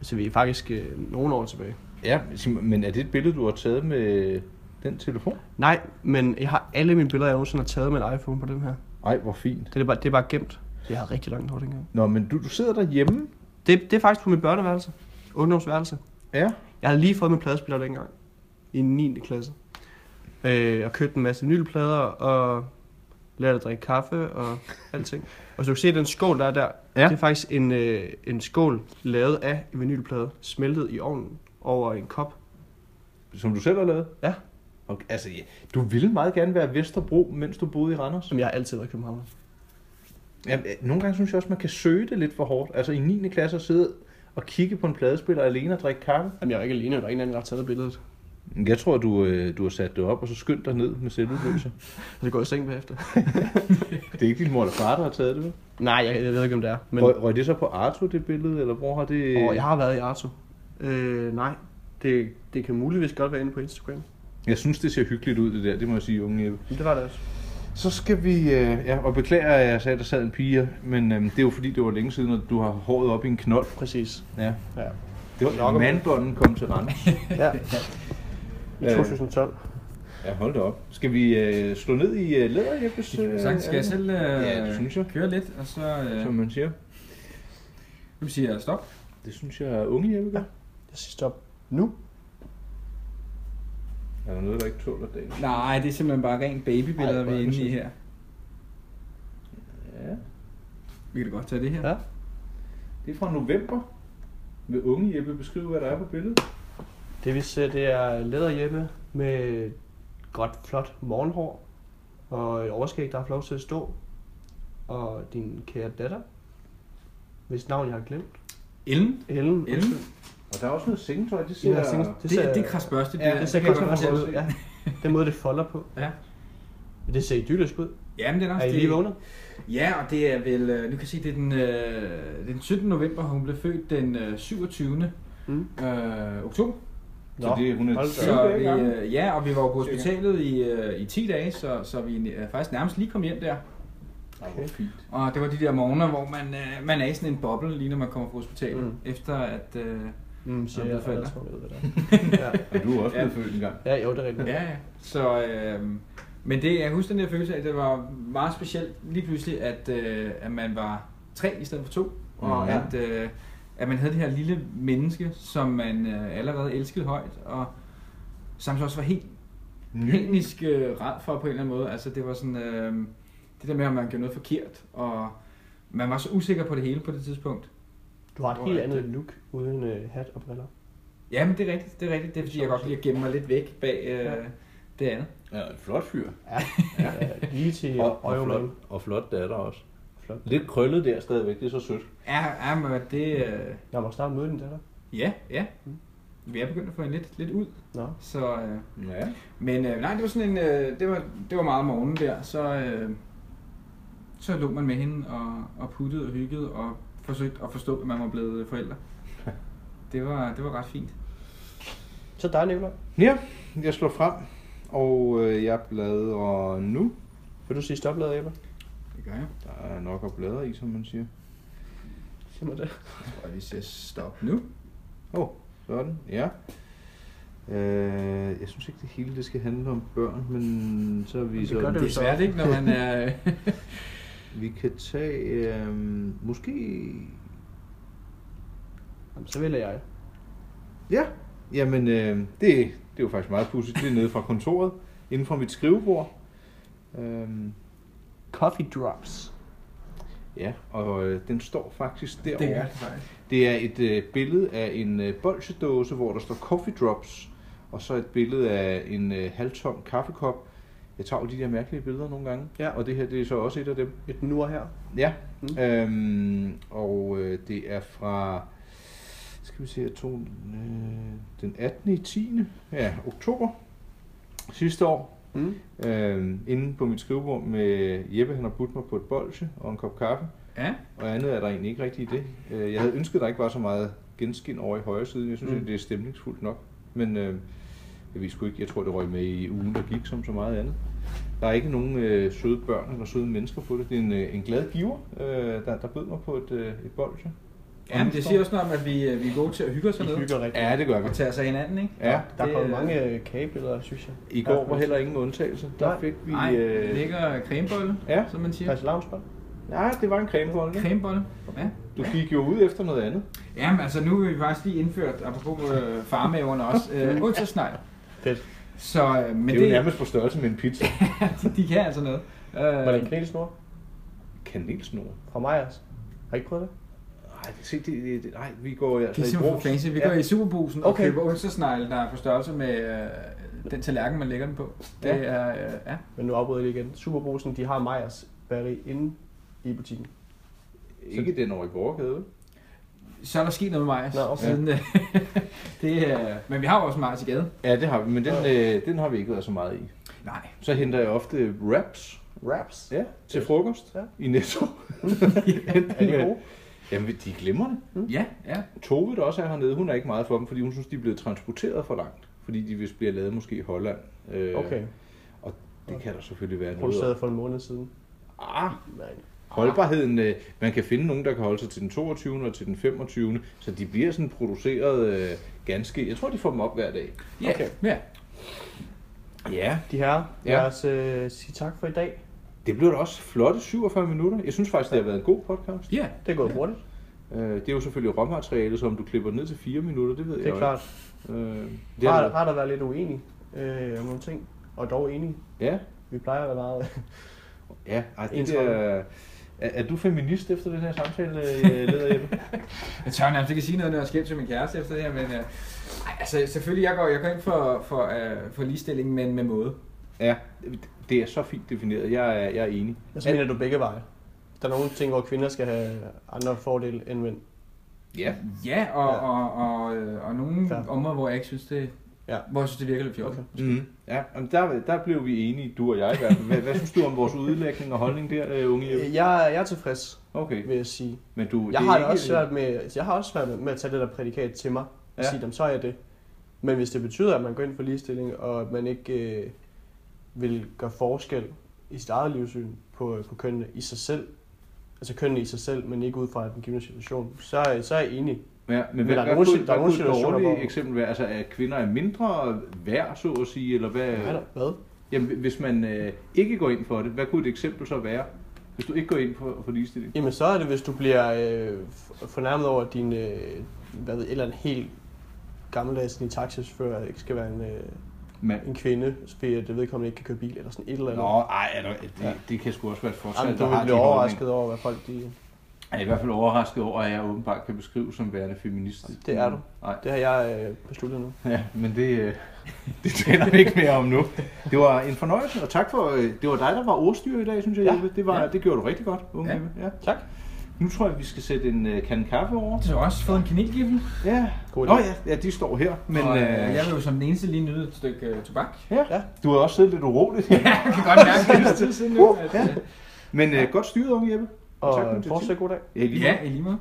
Speaker 2: Så vi er faktisk øh, nogle år tilbage.
Speaker 1: ja, Simon, men er det et billede, du har taget med den telefon?
Speaker 2: Nej, men jeg har alle mine billeder, jeg nogensinde har taget med en iPhone på den her.
Speaker 1: Ej, hvor fint.
Speaker 2: Det er bare, det er bare gemt. Jeg har rigtig langt hår dengang.
Speaker 1: Nå, men du, du sidder derhjemme,
Speaker 2: Det, det er faktisk på mit børneværelse. Ungdomsværelse.
Speaker 1: ja,
Speaker 2: Jeg har lige fået min pladespiller dengang. I 9. klasse. Øh, og købt en masse vinylplader og lærte at drikke kaffe og alting. Og så du kan se den skål, der er der.
Speaker 1: Ja.
Speaker 2: Det er faktisk en, øh, en skål lavet af en vinylplade, smeltet i ovnen over en kop.
Speaker 1: som du selv har lavet.
Speaker 2: Ja.
Speaker 1: Okay, altså, ja, du ville meget gerne være Vesterbro, mens du boede i Randers.
Speaker 2: Som jeg har altid været i København.
Speaker 1: Jamen, øh, nogle gange synes jeg også, man kan søge det lidt for hårdt. Altså i 9. klasse at sidde og kigge på en pladespiller alene og drikke kaffe.
Speaker 2: Jamen jeg er jo ikke alene, der er en eller anden, der har taget billedet.
Speaker 1: Jeg tror, du, øh, du har sat det op, og så skyndt dig ned med selvudløser.
Speaker 2: Og så går jeg i seng bagefter.
Speaker 1: det er ikke din mor eller far, der har taget det, vel?
Speaker 2: Nej, jeg, jeg ved ikke, om det er.
Speaker 1: Men...
Speaker 2: Men
Speaker 1: Røg, røg det så på Arto, det billede, eller hvor har det...
Speaker 2: og jeg har været i Arto. Øh, nej, det, det kan muligvis godt være inde på Instagram.
Speaker 1: jeg synes, det ser hyggeligt ud, det der. Det må jeg sige, unge Jeppe.
Speaker 2: Men det var det også.
Speaker 1: Så skal vi... Øh, ja, og beklager, at jeg sagde, at der sad en pige, men øh, det er jo fordi, det var længe siden, at du har håret op i en knold.
Speaker 2: Præcis.
Speaker 1: Ja.
Speaker 2: Ja.
Speaker 1: Det var
Speaker 2: Nok om-
Speaker 1: mandbånden kom til randen.
Speaker 2: Ja.
Speaker 1: Øh.
Speaker 2: I 2012.
Speaker 1: Ja, hold da op. Skal vi øh, slå ned i øh, læder, Jeppe?
Speaker 3: Så skal jeg selv øh,
Speaker 1: Ja, det synes jeg.
Speaker 3: køre lidt, og så øh,
Speaker 1: Som man siger.
Speaker 3: nu siger jeg stop.
Speaker 1: Det synes jeg er unge, Jeppe. gør.
Speaker 2: Jeg siger stop nu.
Speaker 1: Er der noget, der ikke tåler dagen?
Speaker 3: Nej, det er simpelthen bare rent babybilleder,
Speaker 2: Ej,
Speaker 3: vi
Speaker 2: hvor er
Speaker 3: er
Speaker 2: det
Speaker 3: inde i
Speaker 2: sødt.
Speaker 3: her.
Speaker 1: Ja.
Speaker 3: Vi kan da godt tage det her.
Speaker 2: Ja.
Speaker 1: Det er fra november. Vil unge Jeppe beskrive, hvad der er på billedet?
Speaker 2: Det vi ser, det er læderhjemme med godt, flot morgenhår. Og et overskæg, der har fået lov til at stå. Og din kære datter. Hvis navn jeg har glemt.
Speaker 3: Ellen.
Speaker 2: Ellen.
Speaker 3: Ellen.
Speaker 1: Og der er også noget sengetøj, det
Speaker 2: Det,
Speaker 1: ser...
Speaker 2: her sing-
Speaker 3: Det, det, det er krasbørste.
Speaker 1: Ja,
Speaker 2: det
Speaker 1: det
Speaker 2: ser
Speaker 1: kan
Speaker 2: godt
Speaker 1: jeg godt
Speaker 2: ud.
Speaker 1: se.
Speaker 2: Ja. Den måde, det folder på.
Speaker 3: Ja.
Speaker 2: Det ser idyllisk ud.
Speaker 3: Ja, men det er også
Speaker 2: Er I lige vågnet?
Speaker 3: Ja, og det er vel, øh, nu kan jeg se, det er den, øh, den 17. november, hun blev født den øh, 27.
Speaker 2: Mm.
Speaker 3: Øh, oktober.
Speaker 1: Så det er hun er
Speaker 2: hold da
Speaker 1: syv
Speaker 2: op.
Speaker 3: Så vi,
Speaker 1: dage gammel.
Speaker 3: øh, ja, og vi var jo på hospitalet i, øh, i 10 dage, så, så vi øh, faktisk nærmest lige kom hjem der.
Speaker 1: Okay. fint.
Speaker 3: Og det var de der morgener, hvor man, øh, man er i sådan en boble, lige når man kommer fra hospitalet,
Speaker 2: Mm.
Speaker 3: mm. efter at... Øh,
Speaker 2: Mm, siger
Speaker 3: Nå,
Speaker 2: jeg,
Speaker 3: det er
Speaker 2: og jeg
Speaker 3: forældre.
Speaker 2: tror, jeg ved, hvad det er.
Speaker 1: Og du er også blevet født engang.
Speaker 2: ja. ja, jo, det er rigtigt.
Speaker 3: ja, ja. Så, øh, men det, jeg husker den der følelse af, det var meget specielt lige pludselig, at, øh, at man var tre i stedet for to, og
Speaker 1: Mhm.
Speaker 3: at, øh, at man havde det her lille menneske, som man øh, allerede elskede højt, og samtidig også var helt panisk øh, ret for på en eller anden måde. Altså det var sådan, øh, det der med, at man gjorde noget forkert, og man var så usikker på det hele på det tidspunkt.
Speaker 2: Du har
Speaker 3: Hvor
Speaker 2: et
Speaker 3: er
Speaker 2: helt
Speaker 3: det?
Speaker 2: andet look uden øh, hat og briller.
Speaker 3: Ja, men det er rigtigt, det er rigtigt. Det er fordi, jeg godt kan lide at gemme mig lidt væk bag øh, det andet.
Speaker 1: Ja, en flot fyr.
Speaker 2: Ja, Øh, lige til øjeblikket.
Speaker 1: og flot datter også. Flot. Lidt krøllet der stadigvæk, det er så sødt.
Speaker 3: Ja, ja men det... Øh,
Speaker 2: Jeg må snart møde din datter.
Speaker 3: Ja, ja.
Speaker 2: Mm.
Speaker 3: Vi er begyndt at få en lidt, lidt ud,
Speaker 2: Nå.
Speaker 3: så... Øh,
Speaker 1: Ja.
Speaker 3: men øh, nej, det var sådan en... Øh, det, var, det var meget om morgenen der, så... Øh, så lå man med hende og, og puttede og hyggede og forsøgte at forstå, at man var blevet øh, forældre. Det var, det var ret fint.
Speaker 2: Så dig, Nicolaj.
Speaker 1: Ja, jeg slår frem, og øh, jeg bladrer nu.
Speaker 2: Vil du sige stop, lader Ebbe?
Speaker 3: Det gør jeg.
Speaker 1: Der er nok at bladre i, som man siger.
Speaker 2: Sig mig det.
Speaker 3: Jeg tror, vi siger stop nu.
Speaker 1: Åh, oh, sådan, ja. Øh, jeg synes ikke, det hele det skal handle om børn, men så er vi
Speaker 3: Det
Speaker 1: så...
Speaker 3: gør det jo svært, ikke, når man er... øh,
Speaker 1: Vi kan tage... Øh, måske...
Speaker 2: Jamen, så vælger jeg.
Speaker 1: Ja, jamen øh, det, det er jo faktisk meget pudsigt. Det er nede fra kontoret, inden fra mit skrivebord. Øh,
Speaker 2: Coffee drops.
Speaker 1: ja, og øh, den står faktisk
Speaker 3: det gør
Speaker 1: derovre.
Speaker 3: det faktisk.
Speaker 1: Det er et øh, billede af en øh, bolsjedåse, hvor der står coffee drops, og så et billede af en øh, halvtom kaffekop. Jeg tager jo de der mærkelige billeder nogle gange,
Speaker 2: Ja.
Speaker 1: og det her det er så også et af dem.
Speaker 2: Et nur her.
Speaker 1: Ja,
Speaker 2: Mm.
Speaker 1: mm. øhm, og øh, det er fra, skal vi se, jeg tog den, øh, den 18. i 10. Ja, oktober sidste år,
Speaker 2: Mm.
Speaker 1: øh, inde på mit skrivebord med Jeppe, han har budt mig på et bolsje og en kop kaffe.
Speaker 3: Ja,
Speaker 1: Og andet er der egentlig ikke rigtigt i det. Øh, Jeg havde ønsket, at der ikke var så meget genskin over i højre side. Jeg synes,
Speaker 2: Mm.
Speaker 1: mm. det er stemningsfuldt nok. Men øh, jeg ved sgu ikke, jeg tror, det røg med i ugen, der gik som så meget andet. Der er ikke nogen øh, søde børn eller søde mennesker på det. Det er en, øh, en glad giver, øh, der, der bød mig på et, øh, et bolsje.
Speaker 3: ja men det siger også noget om, at vi, øh, vi er gode til at hygge os
Speaker 2: I
Speaker 3: hernede.
Speaker 2: hygger rigtig.
Speaker 1: Ja, det gør vi.
Speaker 3: Og tage os af hinanden, ikke?
Speaker 1: Ja,
Speaker 2: Der er
Speaker 3: Det-
Speaker 2: kommet mange øh, kagebilleder, synes jeg.
Speaker 1: i går var heller ingen undtagelse. Der
Speaker 2: Nej.
Speaker 1: fik vi...
Speaker 3: Nej, Ah,
Speaker 1: øh,
Speaker 3: lækker cremebolle,
Speaker 1: Ja.
Speaker 3: som man siger.
Speaker 2: Pas lavnsbold.
Speaker 1: Nej, det var en cremebolle. ikke?
Speaker 3: Cremebolle, ja.
Speaker 1: Du gik jo ud efter noget andet.
Speaker 3: Jamen, altså nu har vi faktisk lige indført, apropos øh, farmaverne også, øh, onsdagsnegl.
Speaker 2: Fedt.
Speaker 3: Så, øh, men
Speaker 1: Det er jo
Speaker 3: det,
Speaker 1: nærmest på størrelse med en pizza.
Speaker 3: de, de kan altså noget. Øh,
Speaker 2: Var det en kanelsnor
Speaker 1: Kanelsnor.
Speaker 2: fra Majers? Har I ikke prøvet det?
Speaker 1: Nej, det, se, det, det, det, nej, vi går
Speaker 3: Det
Speaker 1: altså
Speaker 3: er
Speaker 1: i
Speaker 3: simpelthen
Speaker 1: brug.
Speaker 3: for fancy. Vi går i superbrusen okay.
Speaker 2: Okay.
Speaker 3: og køber onsdagsnegle, der er på størrelse med øh, den tallerken, man lægger den på. Det
Speaker 2: Ja.
Speaker 3: er, øh, ja.
Speaker 2: Men nu afbryder jeg lige igen. Superbrusen, de har Majers bageri inde i butikken.
Speaker 1: Ikke den over i Borgergade, vel?
Speaker 3: Så er der sket noget med majs.
Speaker 2: Nå, okay.
Speaker 3: siden, øh, det, øh, men vi har jo også majs i gaden.
Speaker 1: Ja, det har vi, men den, øh, den har vi ikke været så meget i.
Speaker 3: Nej,
Speaker 1: Så henter jeg ofte wraps
Speaker 2: Wraps.
Speaker 1: ja, til
Speaker 2: Ja.
Speaker 1: frokost
Speaker 2: Ja.
Speaker 1: i Netto.
Speaker 2: Er de gode?
Speaker 1: Jamen, de glemmer det.
Speaker 3: ja, ja.
Speaker 1: Tove, der også er hernede, hun er ikke meget for dem, fordi hun synes, de er blevet transporteret for langt. Fordi de vist bliver lavet måske i Holland. Øh,
Speaker 2: Okay.
Speaker 1: Det kan der selvfølgelig være noget. af.
Speaker 2: Produceret for en måned siden.
Speaker 1: Ah,
Speaker 2: Men
Speaker 1: holdbarheden, øh, man kan finde nogen, der kan holde sig til den 22. og til den 25. Så de bliver sådan produceret øh, ganske... Jeg tror, de får dem op hver dag.
Speaker 3: Ja,
Speaker 2: Okay.
Speaker 3: ja.
Speaker 1: Ja,
Speaker 2: de herrer,
Speaker 1: Ja.
Speaker 2: ja. lad os øh, sige tak for i dag.
Speaker 1: det blev da også flotte 47 minutter. Jeg synes faktisk, det har været en god podcast.
Speaker 3: ja.
Speaker 2: Det er gået hurtigt.
Speaker 1: Øh, det er jo selvfølgelig råmateriale, som du klipper ned til 4 minutter, det ved
Speaker 2: Det
Speaker 1: jeg
Speaker 2: er
Speaker 1: jo
Speaker 2: klart.
Speaker 1: ikke. Øh, det er
Speaker 2: Rart, rart at være lidt uenig øh, om nogle ting. Og dog enige.
Speaker 1: Ja,
Speaker 2: Vi plejer at være meget...
Speaker 1: ja. Ej, det
Speaker 2: Ensrettet.
Speaker 1: der, er, er, du feminist efter den her samtale, øh, leder Jeppe?
Speaker 3: Jeg tør nærmest ikke sige noget, når jeg skal hjem til min kæreste efter det her, men øh, ej, altså, selvfølgelig, jeg går, jeg går ind for, for, øh, for ligestilling, men med måde.
Speaker 1: ja, det er så fint defineret. Jeg er, jeg er enig.
Speaker 2: Jeg mener du begge veje. Der er nogle ting, hvor kvinder skal have andre fordele end mænd.
Speaker 1: Ja,
Speaker 3: Ja, og,
Speaker 2: Ja.
Speaker 3: ja. og, og, øh, og nogle
Speaker 2: Fair.
Speaker 3: områder, hvor jeg ikke synes, det,
Speaker 2: Ja.
Speaker 3: hvor jeg synes, det virker lidt fjollet.
Speaker 2: Okay.
Speaker 1: mm, ja jamen, der, der blev vi enige, du og jeg i hvert fald. Hvad, hvad synes du om vores udlægning og holdning der, øh, unge Jeppe?
Speaker 2: Øh, Jeg, jeg er tilfreds,
Speaker 1: Okay,
Speaker 2: vil jeg sige.
Speaker 1: men du...
Speaker 2: Jeg
Speaker 1: er
Speaker 2: har, det
Speaker 1: ikke-
Speaker 2: også svært med, jeg har også svært med at tage det der prædikat til mig og
Speaker 1: Ja.
Speaker 2: ja. sige, dem, så er jeg det. Men hvis det betyder, at man går ind for ligestilling, og at man ikke øh, vil gøre forskel i sit eget livssyn på, på kønnene i sig selv, altså kønnene i sig selv, men ikke ud fra den givende situation, så, er- så er jeg enig.
Speaker 1: Ja, men, hvad,
Speaker 2: der er
Speaker 1: hvad
Speaker 2: nogle
Speaker 1: kunne-
Speaker 2: sit- der
Speaker 1: hvad
Speaker 2: er nogle
Speaker 1: kunne et
Speaker 2: situationer,
Speaker 1: dårligt
Speaker 2: hvor-
Speaker 1: eksempel være? Altså, at kvinder er mindre værd, så at sige, eller hvad?
Speaker 2: Ja. Hvad?
Speaker 1: Jamen, hvis man øh, ikke går ind for det, hvad kunne et eksempel så være, hvis du ikke går ind for, for ligestilling?
Speaker 2: Jamen så er det, hvis du bliver øh, f- fornærmet over at din, øh, hvad ved, et eller en helt gammeldags taxichauffør ikke skal være en, øh,
Speaker 1: Mand.
Speaker 2: en kvinde, fordi at vedkommende ikke kan køre bil eller sådan et eller andet.
Speaker 1: Nå, ej, er der, det,
Speaker 2: Ja.
Speaker 1: det kan sgu også være et fortsat,
Speaker 2: Jamen, du
Speaker 1: der
Speaker 2: vil
Speaker 1: har
Speaker 2: blive
Speaker 1: de
Speaker 2: overrasket over, hvad folk de...
Speaker 1: holdninger. Jeg er i hvert fald overrasket over, at jeg åbenbart kan beskrive som værende feminist.
Speaker 2: Det er du.
Speaker 1: Nej,
Speaker 2: Det har jeg øh, besluttet nu.
Speaker 1: ja, men det, øh, det taler vi ikke mere om nu. Det var en fornøjelse, og tak for, øh, det var dig, der var ordstyr i dag, synes jeg,
Speaker 2: Ja.
Speaker 1: Jeppe. Det, var,
Speaker 3: Ja.
Speaker 1: det gjorde du rigtig godt, unge
Speaker 3: Ja.
Speaker 1: Jeppe. Ja.
Speaker 2: Tak.
Speaker 1: Nu tror jeg, vi skal sætte en øh, kande kaffe over.
Speaker 3: Så har jeg også fået en kanelgiffel,
Speaker 1: Ja.
Speaker 2: God idé.
Speaker 1: Nå ja, ja, de står her. Men,
Speaker 3: og øh,
Speaker 1: øh,
Speaker 3: jeg vil jo som den eneste lige nyde et stykke øh, tobak.
Speaker 1: ja. Du har også siddet lidt uroligt.
Speaker 3: Jeg kan godt mærke, at det er tid siden nu.
Speaker 1: Uh,
Speaker 3: at,
Speaker 1: ja.
Speaker 3: øh,
Speaker 1: Men øh, godt styret, unge Jeppe. tak for
Speaker 2: Og
Speaker 1: initiativet.
Speaker 2: fortsat god dag.
Speaker 1: Ja, i lige
Speaker 3: Ja,
Speaker 1: måde.
Speaker 3: i lige måde.